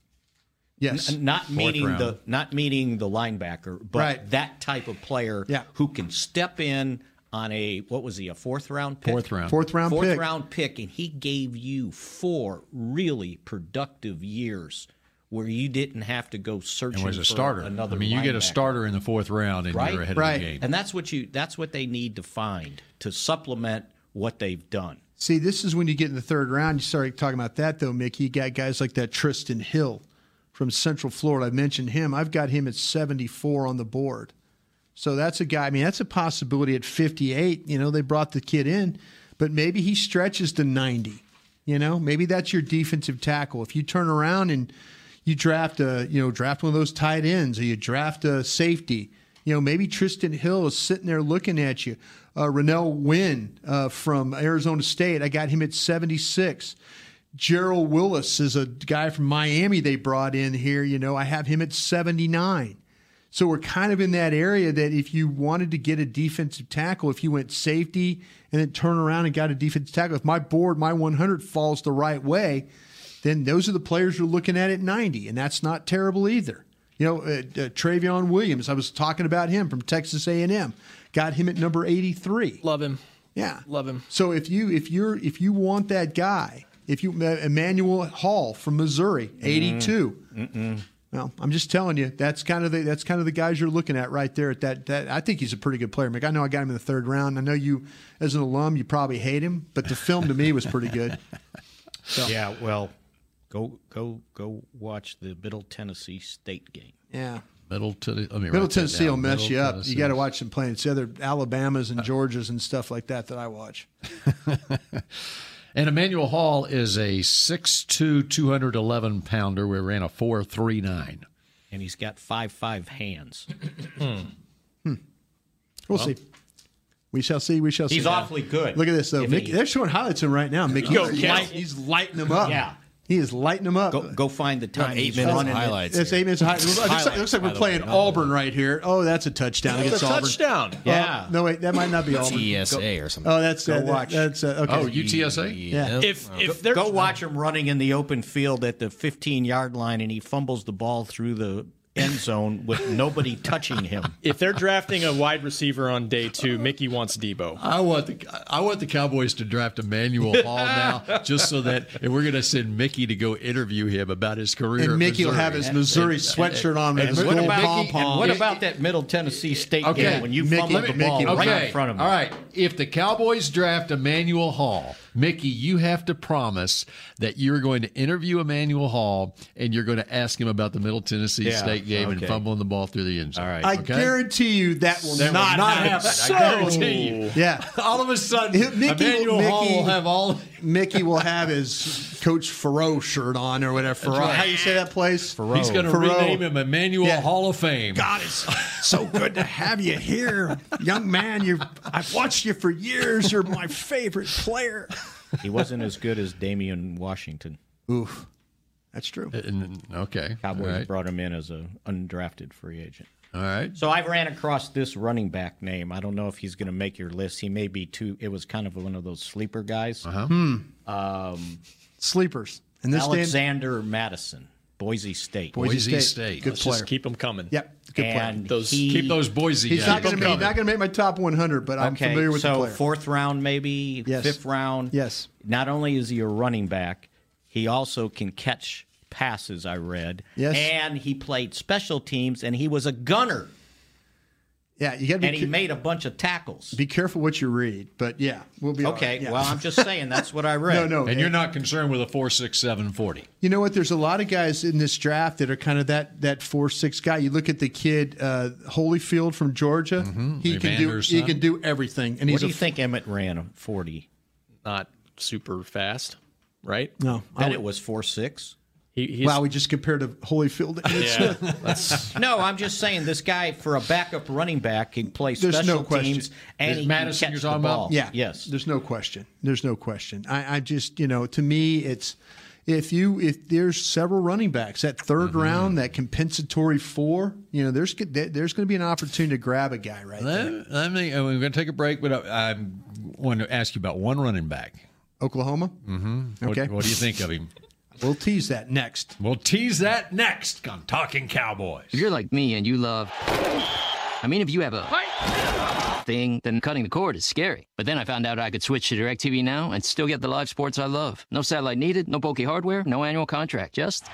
S6: Yes.
S5: N- not
S6: Fourth
S5: meaning
S6: round.
S5: the not meaning the linebacker, but
S6: Right.
S5: that type of player
S6: Yeah.
S5: who can step in on a what was he a fourth round pick?
S4: Fourth round.
S6: Fourth round
S5: fourth
S6: pick.
S5: round pick, and he gave you four really productive years where you didn't have to go searching
S4: And was a
S5: for
S4: starter.
S5: another
S4: I mean, you get a
S5: linebacker.
S4: starter in the fourth round, and
S5: right?
S4: you're ahead of the game.
S5: And that's what you that's what they need to find to supplement what they've done.
S6: See, this is when you get in the third round. You start talking about that, though, Mickey. You got guys like that Tristan Hill from Central Florida. I mentioned him. I've got him at 74 on the board. So that's a guy. I mean, that's a possibility at 58. You know, they brought the kid in, but maybe he stretches to 90. You know, maybe that's your defensive tackle. If you turn around and you draft a, you know, draft one of those tight ends or you draft a safety, you know, maybe Tristan Hill is sitting there looking at you. Uh, Rennell Wynn uh, from Arizona State, I got him at 76. Gerald Willis is a guy from Miami they brought in here. You know, I have him at 79. So we're kind of in that area that if you wanted to get a defensive tackle, if you went safety and then turn around and got a defensive tackle, if my board, my 100 falls the right way, then those are the players you're looking at at 90, and that's not terrible either. You know, uh, uh, Travion Williams, I was talking about him from Texas A&M, got him at number 83.
S7: Love him.
S6: Yeah,
S7: love him.
S6: So if you if you're if you want that guy, if you Emmanuel Hall from Missouri, 82. Well, I'm just telling you, that's kind of the that's kind of the guys you're looking at right there. At that, that I think he's a pretty good player. Mick, I know I got him in the third round. I know you, as an alum, you probably hate him, but the film to me was pretty good.
S5: Yeah, well, go go go watch the Middle Tennessee State game.
S6: Yeah.
S4: Middle to the, let me
S6: Middle
S4: write that
S6: Tennessee will
S4: down.
S6: mess
S4: Middle
S6: you up.
S4: Tennessee.
S6: You got to watch them play. It's the other Alabamas and Georgias and stuff like that that I watch.
S4: And Emmanuel Hall is a 6'2", 211 pounder. We ran a 4.39.
S5: And he's got five five hands.
S6: We'll, see. We shall see. We shall see.
S5: He's awfully good.
S6: Look at this though.
S5: If
S6: Mick,
S5: he-
S6: they're showing highlights of him right now. Mick,
S5: Go,
S6: he's,
S5: Kel.
S6: he's lighting them up.
S5: Yeah.
S6: He is lighting them up.
S5: Go go find the time.
S6: eight
S5: he's
S6: minutes
S5: running
S6: of
S5: it.
S6: highlights That's eight minutes of highlights. It looks, like- it looks like we're playing Auburn right here. Oh, that's a touchdown
S7: That's
S6: against
S7: a
S6: Auburn.
S7: touchdown.
S6: Uh,
S7: Yeah.
S6: no, wait, that might not be Auburn.
S8: TSA or something.
S6: Oh, that's
S5: Go
S6: uh, that-
S5: watch.
S6: That's uh, okay.
S4: Oh, UTSA?
S6: Yeah.
S7: If if
S5: Go
S7: they're
S5: watch him running in the open field at the 15 yard line, and he fumbles the ball through the end zone with nobody touching him.
S7: if they're drafting a wide receiver on day two, Mickey wants Debo.
S4: I want the I want the Cowboys to draft Emmanuel Hall now, just so that and we're going to send Mickey to go interview him about his career.
S6: And
S4: at
S6: Mickey will
S4: Missouri.
S6: have his Missouri sweatshirt on with
S4: and
S6: his
S4: what
S6: gold
S4: about-
S6: pom
S5: And what
S6: pom.
S5: about that Middle Tennessee State game when you
S6: Mickey,
S5: fumbled the ball
S6: Mickey,
S5: right
S6: okay.
S5: in front of him?
S4: All right. If the Cowboys draft Emmanuel Hall, Mickey, you have to promise that you're going to interview Emmanuel Hall and you're going to ask him about the Middle Tennessee
S5: Yeah,
S4: State game and
S5: okay.
S4: fumbling the ball through the end zone. All right.
S6: I guarantee you that will not, happen.
S4: I guarantee you.
S6: Yeah.
S4: All of a sudden,
S6: Mickey,
S4: Emmanuel Hall
S6: Mickey-
S4: will have all.
S6: Mickey will have his Coach Farrow shirt on or whatever. Farrow,
S4: right.
S6: how you say that place? Farrow.
S4: He's going to rename him Emmanuel
S6: Oh, Yeah.
S4: Hall of Fame.
S6: God, it's so good to have you here, young man. You, I've watched you for years. You're my favorite player.
S5: He wasn't as good as Damian Washington.
S6: Oof, that's true.
S4: And- Uh, okay.
S5: Cowboys
S4: All right.
S5: brought him in as an undrafted free agent.
S4: All right.
S5: So I ran across this running back name. I don't know if he's going to make your list. He may be too. It was kind of one of those sleeper guys. Uh-huh. Um,
S6: Sleepers in this day. and-
S5: Alexander Madison, Boise State.
S6: Boise
S4: Boise
S6: State.
S4: State.
S6: Good
S7: Let's
S6: player.
S7: just keep them coming.
S6: yep, good player.
S5: and
S7: Those-
S5: he-
S4: Keep those Boise
S6: He's
S4: guys.
S6: not going to
S4: Keep
S6: be
S4: 'em
S6: not going to make my top 100, but I'm
S5: okay,
S6: familiar with
S5: so
S6: the player.
S5: fourth round, maybe
S6: Yes.
S5: fifth round.
S6: Yes.
S5: Not only is he a running back, he also can catch passes. I read.
S6: Yes.
S5: And he played special teams, and he was a gunner,
S6: yeah, you got to be
S5: and he
S6: ca-
S5: made a bunch of tackles.
S6: be careful what you read, but yeah, we'll be all
S5: Okay,
S6: right. Yeah.
S5: well, I'm just saying that's what I read.
S6: no, no,
S4: And you're not concerned with a four, six, seven, forty.
S6: You know what? There's a lot of guys in this draft that are kind of that that four six guy. You look at the kid uh, Holyfield from Georgia.
S4: Mm-hmm.
S6: He can do
S4: Evander's
S6: he
S4: son.
S6: can do everything,
S5: What
S6: and he's
S5: do
S6: a
S5: you think Emmett ran a 40?
S7: Not super fast, right?
S6: no. I
S5: That
S6: would-
S5: it was 4 6?
S7: He, he's,
S6: wow, we just compared to Holyfield. to Emmett
S7: yeah,
S6: Smith.
S7: that's
S5: No, I'm just saying this guy, for a backup running back, can play
S6: There's
S5: special
S6: no question.
S5: teams and
S4: Is
S5: he
S4: Madison
S5: can
S4: you're
S5: catch
S4: talking
S5: the
S4: about?
S5: ball.
S6: Yeah.
S5: Yes.
S6: There's no question. There's no question. I, I just, you know, to me, it's if you if there's several running backs that 3rd
S4: Mm-hmm.
S6: round, that compensatory four, you know, there's there's going to be an opportunity to grab a guy right there.
S4: Let, let me. uh, We're going to take a break, but I, I want to ask you about one running back.
S6: Oklahoma. Mm-hmm.
S4: What,
S6: Okay,
S4: what do you think of him?
S6: we'll tease that next.
S4: We'll tease that next on Talking Cowboys.
S11: If you're like me and you love. I mean, if you have a thing, then cutting the cord is scary. But then I found out I could switch to DirecTV Now and still get the live sports I love. No satellite needed, no bulky hardware, no annual contract, just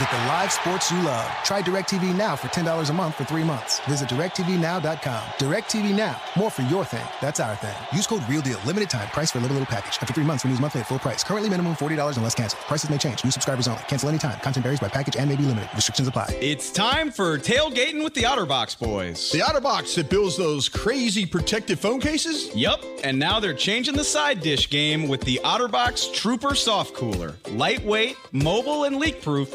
S12: Get the live sports you love. Try DirecTV Now for $10 a month for three months. Visit DirecTVNow.com. DirecTV Now. More for your thing. That's our thing. Use code REALDEAL. Limited time. Price for a little, little package. After three months, renews monthly at full price. Currently minimum $40 unless canceled. Prices may change. New subscribers only. Cancel anytime. Content varies by package and may be limited. Restrictions apply.
S3: It's time for tailgating with the Otterbox boys.
S16: The OtterBox that builds those crazy protective phone cases?
S3: Yep, and now they're changing the side dish game with the Otterbox Trooper Soft Cooler. Lightweight, mobile, and leak proof,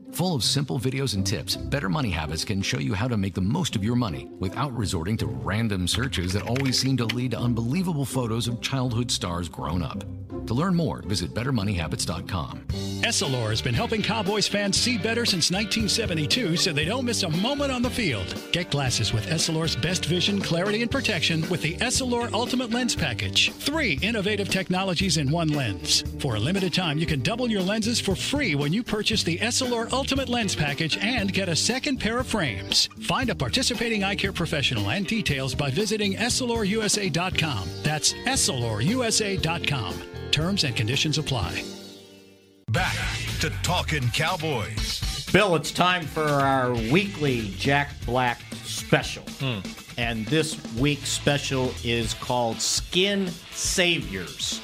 S18: Full of simple videos and tips, Better Money Habits can show you how to make the most of your money without resorting to random searches that always seem to lead to unbelievable photos of childhood stars grown up. To learn more, visit BetterMoneyHabits.com.
S9: Essilor has been helping Cowboys fans see better since 1972 so they don't miss a moment on the field. Get glasses with Essilor's best vision, clarity, and protection with the Essilor Ultimate Lens Package. Three innovative technologies in one lens. For a limited time, you can double your lenses for free when you purchase the Essilor Ultimate Lens Package and get a second pair of frames. Find a participating eye care professional and details by visiting EssilorUSA.com. That's EssilorUSA.com. Terms and conditions apply.
S1: Back to Talking Cowboys.
S5: Bill, it's time for our weekly Jack Black special. And this week's special is called Skin Saviors,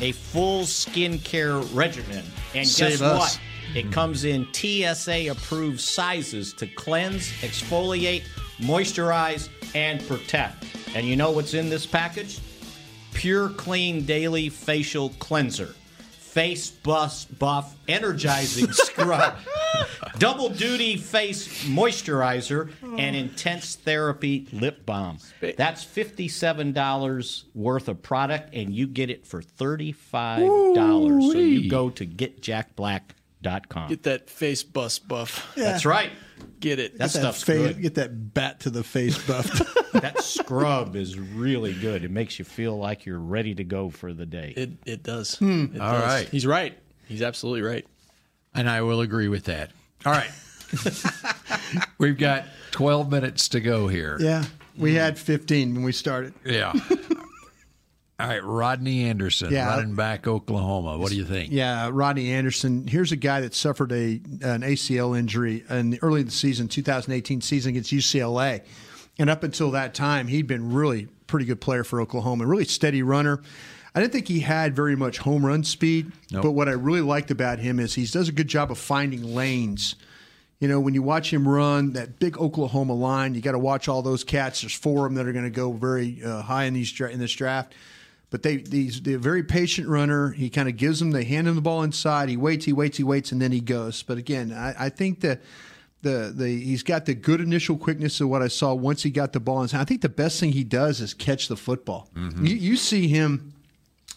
S5: a full skincare regimen. And
S6: Save
S5: guess
S6: us.
S5: what? It comes in TSA approved sizes to cleanse, exfoliate, moisturize, and protect. And you know what's in this package? Pure Clean Daily Facial Cleanser. Face bus buff energizing scrub. Double duty face moisturizer and intense therapy lip balm. That's $57 worth of product, and you get it for $35. So you go to getjackblack.com.
S7: Get that face bus buff.
S5: Yeah. That's right.
S7: Get it.
S5: That stuff's
S6: fa-
S5: good.
S6: Get that bat to the face buffed.
S5: that scrub is really good. It makes you feel like you're ready to go for the day.
S7: It it does.
S6: Hmm.
S7: It
S4: All
S7: does.
S4: right.
S7: He's right. He's absolutely right.
S4: And I will agree with that. All right. We've got 12 minutes to go here.
S6: yeah, we had 15 when we started.
S4: Yeah. All right, Rodney Anderson,
S6: Yeah.
S4: running back Oklahoma. What do you think?
S6: Yeah, Rodney Anderson. Here's a guy that suffered a an ACL injury in the early in the season, 2018 season against UCLA, and up until that time, he'd been really pretty good player for Oklahoma. Really steady runner. I didn't think he had very much home run speed,
S4: Nope.
S6: but what I really liked about him is he does a good job of finding lanes. You know, when you watch him run that big Oklahoma line, you got to watch all those cats. There's four of them that are going to go very uh, high in these dra- in this draft. But they these they're a very patient runner. He kind of gives them, they hand him the ball inside. He waits, he waits, he waits, and then he goes. But again, I, I think that the the he's got the good initial quickness of what I saw once he got the ball inside. I think the best thing he does is catch the football. You, you see him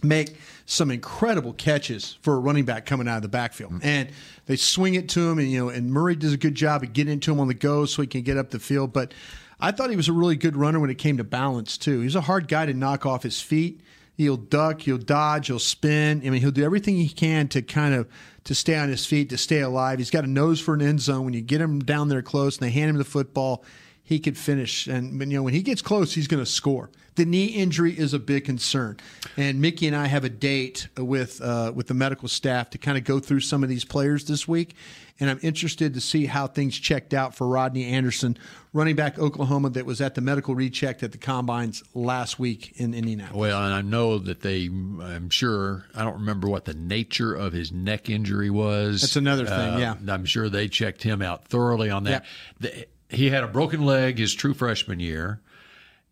S6: make some incredible catches for a running back coming out of the backfield. And they swing it to him and you know and Murray does a good job of getting into him on the go so he can get up the field. But I thought he was a really good runner when it came to balance too. He's a hard guy to knock off his feet. He'll duck, he'll dodge, he'll spin. I mean, he'll do everything he can to kind of to stay on his feet, to stay alive. He's got a nose for an end zone. When you get him down there close and they hand him the football, he could finish. And you know, when he gets close, he's going to score. The knee injury is a big concern, and Mickey and I have a date with uh, with the medical staff to kind of go through some of these players this week. And I'm interested to see how things checked out for Rodney Anderson, running back Oklahoma, that was at the medical recheck at the combines last week in Indianapolis.
S4: Well, and I know that they, I'm sure, I don't remember what the nature of his neck injury was. Uh,
S6: That's another thing, yeah.
S4: I'm sure they checked him out thoroughly on that. The- He had a broken leg his true freshman year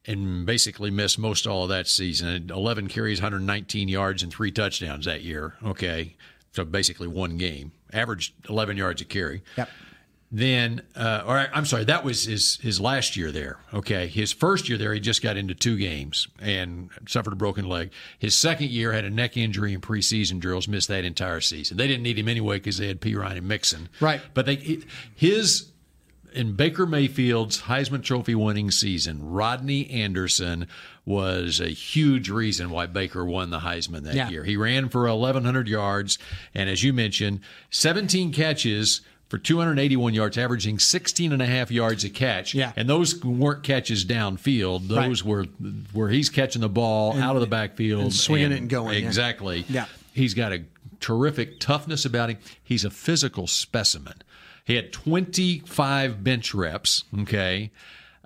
S4: and basically missed most all of that season. 11 carries, 119 yards, and three touchdowns that year. Okay. So basically one game. Averaged 11 yards a carry.
S6: Yep.
S4: Then, uh, all right, I'm sorry, that was his, his last year there. Okay. His first year there, he just got into two games and suffered a broken leg. His second year had a neck injury in preseason drills, missed that entire season. They didn't need him anyway because they had P. Ryan and Mixon.
S6: Right.
S4: But they, his in Baker Mayfield's Heisman Trophy winning season, Rodney Anderson was a huge reason why Baker won the Heisman that
S6: Yeah.
S4: year. He ran for 1,100 yards, and as you mentioned, 17 catches for 281 yards, averaging 16 and a half yards a catch.
S6: Yeah.
S4: And those weren't catches downfield.
S6: Right.
S4: Those were where he's catching the ball
S6: And-
S4: out of the backfield.
S6: and swinging it and going, yeah.
S4: Exactly.
S6: Yeah.
S4: He's got a terrific toughness about him. He's a physical specimen. He had 25 bench reps, okay,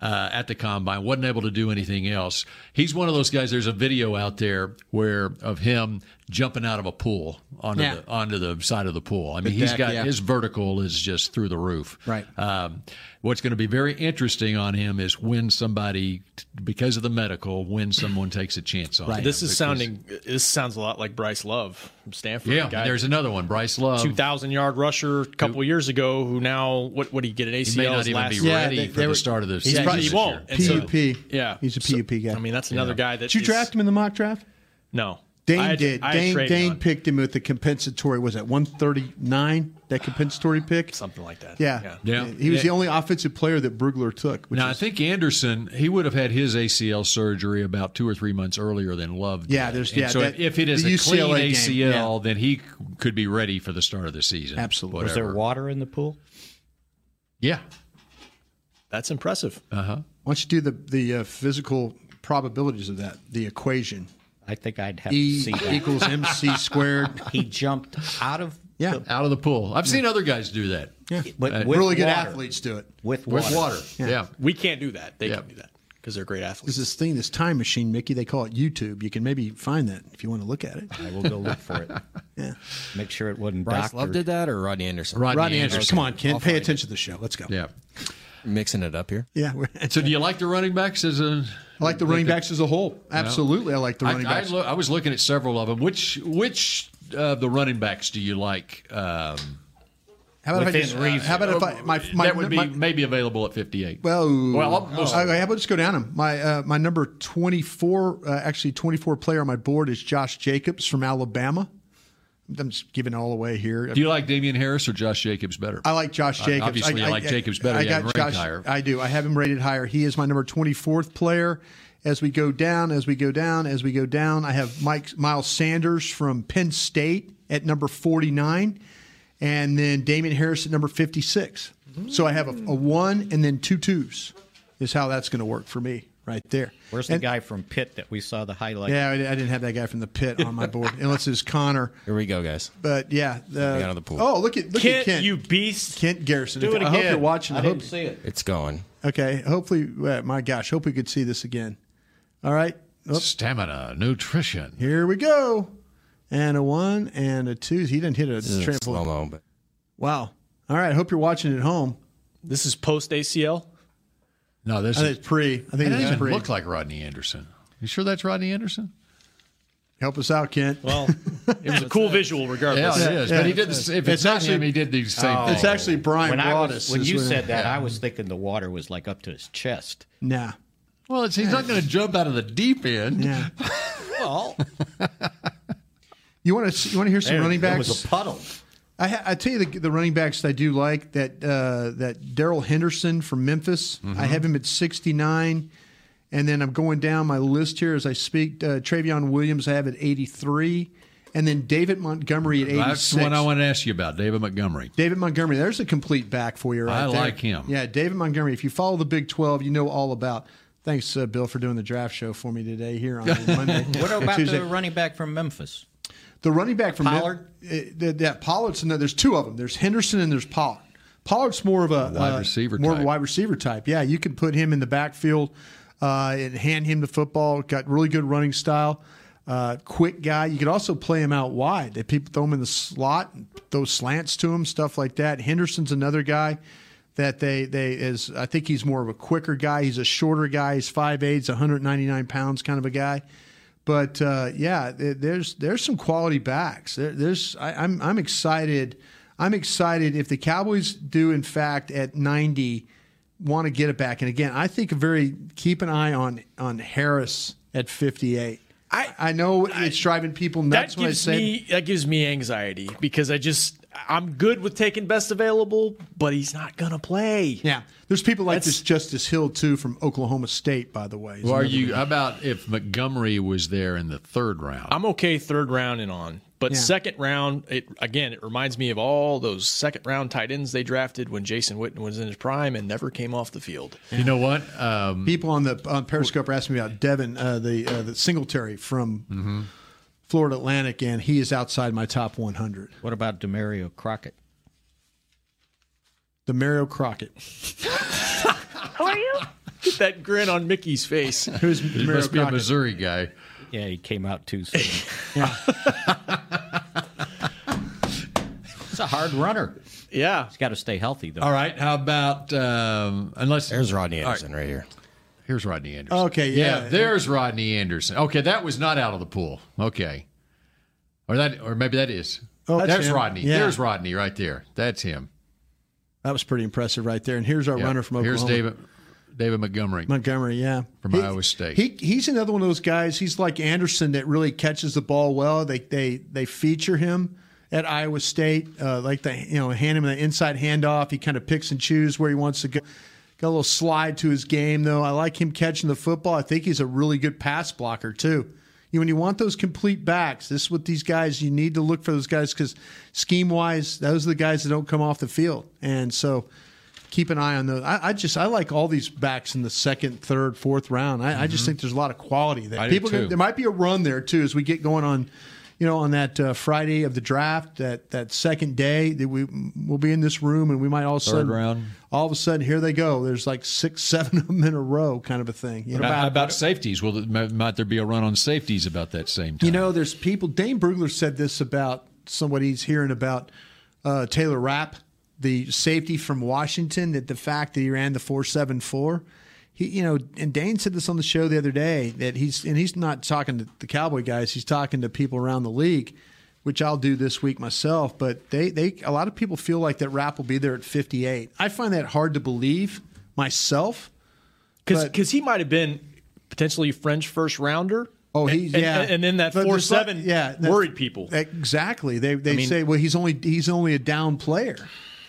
S4: uh, at the combine. wasn't able to do anything else. He's one of those guys. There's a video out there where of him jumping out of a pool onto
S6: Yeah.
S4: the onto the side of the pool. I mean,
S6: The
S4: he's
S6: deck,
S4: got
S6: yeah.
S4: his vertical is just through the roof.
S6: Right.
S4: Um, what's going to be very interesting on him is when somebody, because of the medical, when someone takes a chance on him.
S7: This is
S4: because-
S7: sounding. This sounds a lot like Bryce Love from Stanford.
S4: Yeah,
S7: Guy-
S4: there's another one, Bryce Love.
S7: two thousand yard rusher a couple years ago who now what what did he get an ACL?
S4: He may not
S7: his
S4: even
S7: last
S4: be
S7: year?
S4: ready
S7: Yeah, they-
S4: for
S7: they
S4: the
S7: were-
S4: start of this
S7: He's
S4: season.
S7: probably-
S4: this
S7: he won't.
S4: year.
S7: And so-
S6: PUP.
S7: yeah,
S6: He's a PUP guy.
S7: I mean, that's another guy that
S6: Did you
S7: is-
S6: draft him in the mock draft?
S7: No, I
S6: Dane
S7: had-
S6: did.
S7: I had
S6: Dane,
S7: traded
S6: Dane
S7: on-
S6: picked him with the compensatory. Was that one thirty nine? That compensatory pick,
S7: something like that.
S6: Yeah,
S4: Yeah.
S6: He was
S4: Yeah.
S6: the only offensive player that Brugler took. Which
S4: Now
S6: is,
S4: I think Anderson he would have had his ACL surgery about two or three months earlier than Love.
S6: Yeah,
S4: did.
S6: there's-
S4: And
S6: yeah,
S4: So
S6: that-
S4: if it is
S6: the
S4: a clean
S6: UCLA game,
S4: ACL,
S6: yeah.
S4: then he c- could be ready for the start of the season.
S6: Absolutely.
S5: Was there
S4: Whatever.
S5: water in the pool?
S4: Yeah.
S7: That's impressive.
S4: Uh huh.
S6: why don't you do the the uh, physical probabilities of that? The equation.
S5: I think I'd have
S6: E
S5: to see that.
S6: equals mc squared.
S5: He jumped out of
S6: Yeah,
S4: Out of the pool. I've seen other guys do that.
S6: yeah.
S5: But
S4: Uh,
S5: with
S6: really good
S5: water.
S6: athletes do it.
S5: With water.
S4: With water. Yeah.
S7: We can't do that. They
S4: Yeah.
S7: can do that because they're great athletes.
S6: There's this thing, this time machine, Mickey. They call it YouTube. You can maybe find that if you want to look at it.
S5: I will go look for it.
S6: Yeah.
S5: Make sure it wasn't
S8: Bryce
S5: doctored.
S8: Love did that or Rodney Anderson?
S4: Rodney,
S6: Rodney
S4: Anderson.
S6: Anderson. Come on, Ken.
S8: I'll
S6: Pay
S8: find
S6: attention to the show. Let's go.
S4: Yeah.
S8: Mixing it up here.
S6: Yeah, we're-
S4: So do you like the running backs as a?
S6: I like the running backs as a whole. Absolutely, I like the
S4: I,
S6: running
S4: I
S6: backs.
S4: loo- I was looking at several of them. Which which uh, of the running backs do you like? Um,
S6: How about if I
S5: Within
S6: just,
S5: reason.
S6: how about if
S4: Oh,
S6: I my my,
S4: that would be
S6: my-
S4: maybe available at fifty eight.
S6: well,
S4: Well, I'll- most-
S6: okay, how about just go down them? My uh, my number twenty four, uh, actually twenty four player on my board is Josh Jacobs from Alabama. I'm just giving it all away here.
S4: do you like Damian Harris or Josh Jacobs better?
S6: I like Josh
S4: Uh,
S6: Jacobs.
S4: Obviously,
S6: I,
S4: I, like Jacobs better.
S6: I
S4: yeah,
S6: got
S4: ranked
S6: Josh.
S4: higher.
S6: I do. I have him rated higher. He is my number twenty fourth player. As we go down, as we go down, as we go down, I have Mike Miles Sanders from Penn State at number forty nine, and then Damon Harris at number fifty six. So I have a, a one and then two twos. Is how that's going to work for me right there.
S5: Where's the
S6: And-
S5: guy from Pitt that we saw the highlight?
S6: Yeah, I I didn't have that guy from the pit on my board unless it's Connor.
S8: Here we go, guys.
S6: But yeah, the,
S8: We got out of the pool.
S6: Oh, look at look at
S7: Kent,
S6: Kent.
S7: you beast.
S6: Kent Garrison.
S7: Do
S6: If-
S7: it
S6: I hope
S7: again.
S6: you're watching.
S5: I
S6: hope-
S5: didn't see it.
S8: It's going.
S6: Okay. Hopefully, uh, my gosh, hope we could see this again. All right. Oops.
S4: Stamina, nutrition.
S6: Here we go. And a one and a two. He didn't hit a
S8: This is slow
S6: trampoline.
S8: mo, but
S6: Wow. All right. Hope you're watching at home.
S7: This is post ACL.
S4: No, this
S6: I think
S4: is,
S6: it's pre. I
S4: it
S6: think
S4: doesn't
S6: it's
S4: even
S6: pre.
S4: look like Rodney Anderson. You sure that's Rodney Anderson?
S6: Help us out, Kent.
S7: Well, it was a cool visual regardless.
S4: Yeah, it is. But he
S6: yeah. Oh.
S4: did. This, if it's, not him, he did the same thing.
S6: it's actually Brian
S5: oh. When, I
S6: Broadus.
S5: was, when
S6: is
S5: you
S6: what-
S5: said that, I was thinking the water was like up to his chest.
S6: nah.
S4: well, it's, he's not going to jump out of the deep end.
S6: Yeah.
S5: Well,
S6: You want to you want to hear some running
S5: it
S6: backs?
S5: was a puddle.
S6: I, ha- I tell you the, the running backs that I do like that uh, that Daryl Henderson from Memphis.
S4: Mm-hmm.
S6: I have him at sixty nine, and then I'm going down my list here as I speak. Uh, Travion Williams I have at eighty three, and then David Montgomery at 86.
S4: That's what I want to ask you about, David Montgomery.
S6: David Montgomery, there's a complete back for you right
S4: I
S6: there.
S4: like him.
S6: Yeah, David Montgomery. If you follow the Big 12, you know all about. Thanks, uh, Bill, for doing the draft show for me today here on Monday.
S5: What about
S6: Tuesday.
S5: the running back from Memphis?
S6: The running back from
S5: Pollard?
S6: Mem- uh, that Pollard's another. There's two of them. There's Henderson and there's Pollard. Pollard's more of a
S4: Wide
S6: uh,
S4: receiver
S6: more of a wide receiver type. Yeah, you can put him in the backfield uh, and hand him the football. Got really good running style. Uh, quick guy. You could also play him out wide. They people throw him in the slot, throw slants to him, stuff like that. Henderson's another guy that they they is. I think he's more of a quicker guy. He's a shorter guy. He's 5'8", 's 199 pounds, kind of a guy. But uh, yeah, there- there's there's some quality backs. There, there's I, I'm I'm excited. I'm excited if the Cowboys do in fact at 90 want to get it back. And again, I think very keep an eye on on Harris at 58. I I know it's driving people nuts
S7: that
S6: when I
S7: gives
S6: say
S7: me that gives me anxiety because I just I'm good with taking best available, but he's not gonna play.
S6: yeah. There's people like this Justice Hill too from Oklahoma State, by the way. He's
S4: Well, are
S6: another
S4: you
S6: guy.
S4: how about if Montgomery was there in the third round?
S7: I'm okay third round and on, but
S6: Yeah.
S7: second round, it again, it reminds me of all those second round tight ends they drafted when Jason Witten was in his prime and never came off the field.
S4: You know what? Um,
S6: people on the on Periscope are asking me about Devin, uh, the uh, the Singletary from
S4: Mm-hmm.
S6: Florida Atlantic, and he is outside my top 100.
S5: What about Demario Crockett?
S6: The Mario Crockett.
S7: Who are you? Get that grin on Mickey's face.
S6: Who's
S4: He must be a Missouri guy.
S5: Yeah, he came out too soon. He's a hard runner.
S7: Yeah,
S5: he's got to stay healthy though.
S4: All right. How about um, unless
S8: there's Rodney
S4: All right.
S8: Anderson right here.
S4: Here's Rodney Anderson.
S6: Okay, yeah.
S4: There's Rodney Anderson. Okay, that was not out of the pool. Okay, or that, or maybe that is.
S6: Oh,
S4: Oh,
S6: that's
S4: there's
S6: him.
S4: Rodney.
S6: Yeah.
S4: There's Rodney right there. That's him.
S6: That was pretty impressive right there. And here's our
S4: Yeah.
S6: runner from Oklahoma.
S4: Here's David David Montgomery
S6: Montgomery, yeah.
S4: from
S6: He-
S4: Iowa State.
S6: He he's another one of those guys. He's like Anderson that really catches the ball well. They they they feature him at Iowa State, uh, like the you know hand him the inside handoff. He kind of picks and chooses where he wants to go. Got a little slide to his game though. I like him catching the football. I think he's a really good pass blocker too. You when you want those complete backs, this is what these guys you need to look for those guys because scheme wise, those are the guys that don't come off the field, and so keep an eye on those. I, I just I like all these backs in the second, third, fourth round. I, I just
S4: Mhm.
S6: think there's a lot of quality there.
S4: I do
S6: People,
S4: too.
S6: there might be a run there too as we get going on, you know, on that uh, Friday of the draft, that that second day that we will be in this room and we might all of a
S4: Third
S6: sudden
S4: round.
S6: all of a sudden here they go. There's like six, seven of them in a row, kind of a thing. You
S4: How
S6: know?
S4: about, how about safeties? Will it- might there be a run on safeties about that same time?
S6: You know, there's people. Dane Brugler said this about somebody he's hearing about uh, Taylor Rapp, the safety from Washington, that the fact that he ran the four seven four. He, you know, and Dane said this on the show the other day that he's and he's not talking to the Cowboy guys. He's talking to people around the league, which I'll do this week myself. But they, they, a lot of people feel like that Rapp will be there at 58. I find that hard to believe myself. but-
S7: Because he might have been potentially French first rounder.
S6: Oh, he
S7: and,
S6: yeah,
S7: and, and then that
S6: But
S7: four
S6: just like-
S7: seven
S6: yeah, that's-
S7: worried people.
S6: Exactly. They they
S7: I mean-
S6: say, well, he's only he's only a down player,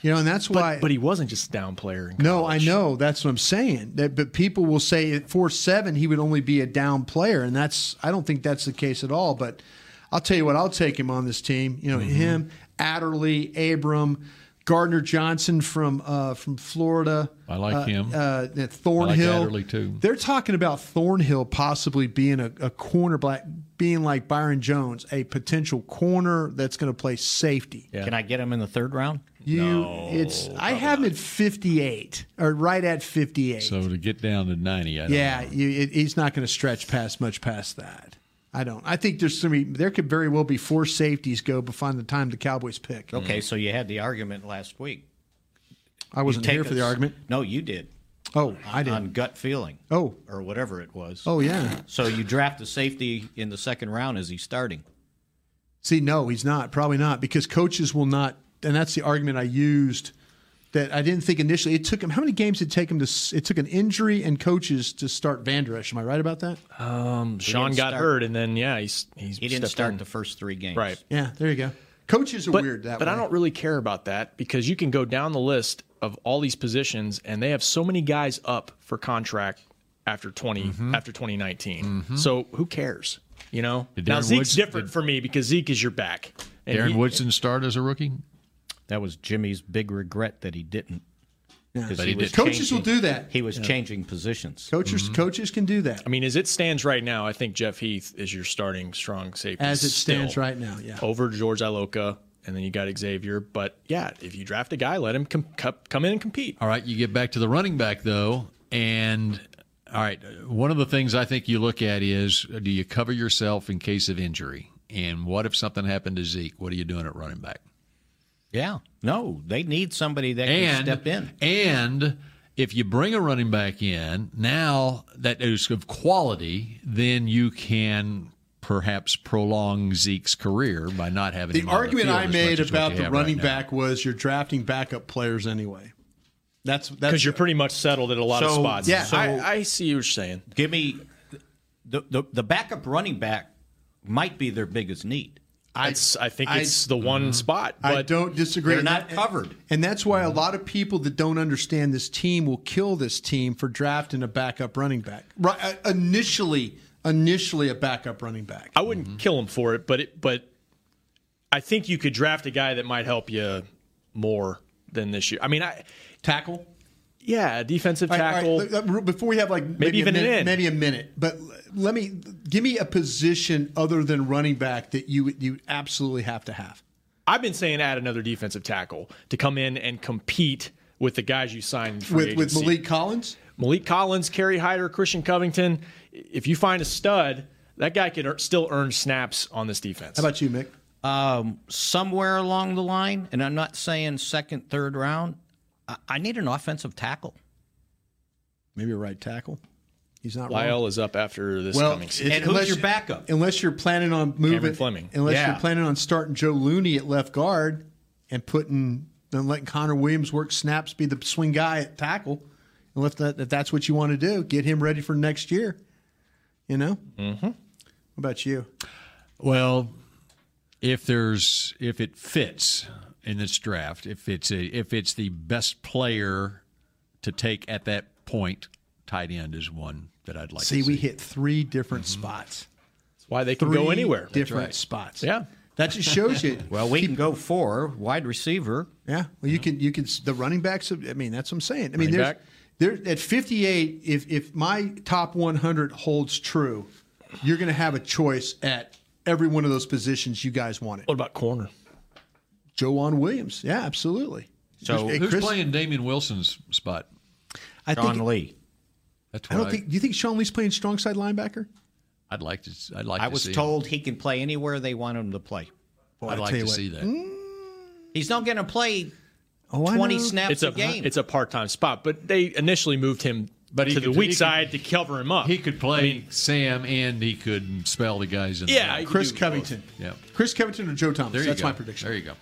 S6: you know, and that's why.
S7: But he wasn't just a down player. in
S6: no, I know that's what I'm saying. That but people will say at four seven he would only be a down player, and that's I don't think that's the case at all. But I'll tell you what, I'll take him on this team. You know,
S4: Mm-hmm.
S6: him, Adderley, Abram. Gardner Johnson from uh, from Florida.
S4: I like
S6: Uh,
S4: him.
S6: Uh,
S4: I like
S6: Thornhill.
S4: Adderley, too.
S6: They're talking about Thornhill possibly being a, a corner black, being like Byron Jones, a potential corner that's going to play safety.
S5: Can I get him in the third round?
S8: Mm-hmm.
S6: You, it's I have him at fifty eight or right at fifty eight.
S4: So to get down to ninety, I don't
S6: yeah, you, it, he's not going to stretch past much past that. I don't. I think there's some. There could very well be four safeties go before the time the Cowboys pick.
S5: Okay, so you had the argument last week.
S6: I wasn't
S5: You take
S6: here for the
S5: us-
S6: argument.
S5: No, you did.
S6: Oh, I did.
S5: On gut feeling.
S6: Oh.
S5: Or whatever it was.
S6: Oh, yeah.
S5: So you draft a safety in the second round. Is he starting?
S6: See, no, he's not. Probably not because coaches will not. And that's the argument I used that I didn't think initially. It took him. How many games did it take him to? s- It took an injury and coaches to start Van Der Esch. Am I right about that?
S7: Um,
S6: He
S7: Sean
S6: didn't
S7: got
S6: start-
S7: hurt, and then yeah, he's, he's
S5: He didn't
S7: stepped
S5: start
S7: in.
S5: the first three games.
S7: Right.
S6: Yeah, there you go. Coaches are
S7: but,
S6: weird that
S7: but
S6: way.
S7: I don't really care about that because you can go down the list of all these positions and they have so many
S6: Mm-hmm.
S7: guys up for contract after 20 after 2019. So who cares? You know,
S4: Did
S7: now
S4: Darren
S7: Zeke's
S4: Woods-
S7: different for me because Zeke is your back. And
S4: Darren
S7: he-
S4: Woodson started as a rookie.
S5: That was Jimmy's big regret that he didn't. 'Cause
S7: But he
S5: was
S7: did. Coaches
S5: changing-
S7: will do that.
S5: He was
S7: Yeah.
S5: changing positions.
S7: Coaches- Mhm.
S6: coaches can do that.
S7: I mean, as it stands right now, I think Jeff Heath is your starting strong safety.
S6: As it stands
S7: still.
S6: right now, yeah.
S7: Over George Iloka, and then you got Xavier. But yeah, if you draft a guy, let him com- co- come in and compete.
S4: All right, you get back to the running back though, and all right, one of the things I think you look at is do you cover yourself in case of injury, and what if something happened to Zeke? What are you doing at running back?
S5: Yeah, no, they need somebody that can
S4: and,
S5: step in.
S4: And if you bring a running back in now that is of quality, then you can perhaps prolong Zeke's career by not having
S6: The
S4: him on
S6: argument
S4: field
S6: I
S4: as much
S6: made
S4: as what
S6: about
S4: you
S6: the
S4: have right
S6: running
S4: now.
S6: back was you're drafting backup players anyway. That's
S7: Because you're pretty much settled at a lot of
S5: So-
S7: spots.
S5: yeah,
S7: so
S5: I-
S7: I, see what you're saying.
S5: Give me the, the the backup running back might be their biggest need.
S7: I, I think it's the one spot.
S6: Mm-hmm. I don't disagree.
S5: They're
S6: And
S5: not
S6: that-
S5: covered.
S6: and that's why a lot of people that don't understand this team will kill this team for drafting a backup running back. Right, uh, initially, initially a backup running back.
S7: I wouldn't kill him for it, but it, but I think you could draft a guy that might help you more than this year. I mean, I
S6: tackle.
S7: Yeah, defensive
S6: All right,
S7: tackle.
S6: all right, let- let- before we have like maybe,
S7: even
S6: a
S7: an
S6: minute,
S7: in.
S6: maybe a minute, but l- let me give me a position other than running back that you you absolutely have to have.
S7: I've been saying add another defensive tackle to come in and compete with the guys you signed
S6: With- with Malik Collins.
S7: Malik Collins, Kerry Hyder, Christian Covington. If you find a stud, that guy could ear- still earn snaps on this defense.
S6: How about you, Mick?
S5: Um, somewhere along the line, and I'm not saying second, third round. I, I need an offensive tackle.
S6: Maybe a right tackle. He's not wrong.
S7: Lyle is up after this coming season.
S5: and who's your backup?
S6: Unless you're planning on moving
S7: Cameron Fleming.
S6: Unless
S7: Yeah.
S6: you're planning on starting Joe Looney at left guard and putting and letting Connor Williams work snaps, be the swing guy at tackle. Unless that if that's what you want to do, get him ready for next year. You know. Mm-hmm. What about you?
S4: Well, if there's if it fits in this draft, if it's a if it's the best player to take at that point, tight end is one that I'd like.
S6: see,
S4: to see.
S6: we hit three different
S7: Mm-hmm.
S6: spots.
S7: That's why they
S6: Three Different spots. That just shows you.
S5: well, we can go four wide receiver.
S6: Yeah. Well, you can you can the running backs. I mean, that's what I'm saying. I mean,
S5: Running
S6: there's,
S5: back.
S6: there at 58. If if my top 100 holds true, you're going to have a choice at every one of those positions you guys wanted. What
S7: about corner?
S6: Joanne Williams. Yeah, absolutely.
S4: So
S6: Hey,
S4: who's
S6: Chris-
S4: playing Damian Wilson's spot?
S6: I think- Sean
S5: Lee.
S4: That's
S6: I
S4: what I
S6: don't think. Do you think Sean Lee's playing strong side linebacker?
S4: I'd like to. I'd like.
S5: I
S4: to
S5: was
S4: see.
S5: told he can play anywhere they want him to play.
S4: I'd like to see that.
S5: Hmm? He's not going to play
S6: Oh,
S7: I
S5: 20
S7: know.
S5: snaps
S7: it's
S5: a, game.
S7: It's a part-time spot, but they initially moved him
S4: But he
S7: to
S4: could-
S7: the weak
S4: he could-
S7: side to cover him up.
S4: He could play Sam, and he could spell the guys in.
S7: Yeah,
S4: the
S7: he
S4: middle.
S7: could Chris do both.
S6: Covington.
S4: Yeah,
S6: Chris Covington or Joe Thomas.
S4: there you
S6: That's
S4: go.
S6: my prediction.
S4: There you go.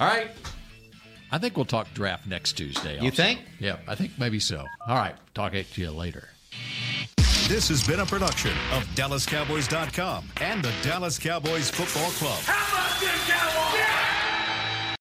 S4: All right. I think we'll talk draft next Tuesday.
S6: You
S4: also.
S6: think?
S4: Yeah, I think maybe so. All right. Talk to you later.
S19: This has been a production of DallasCowboys.com and the Dallas Cowboys Football Club.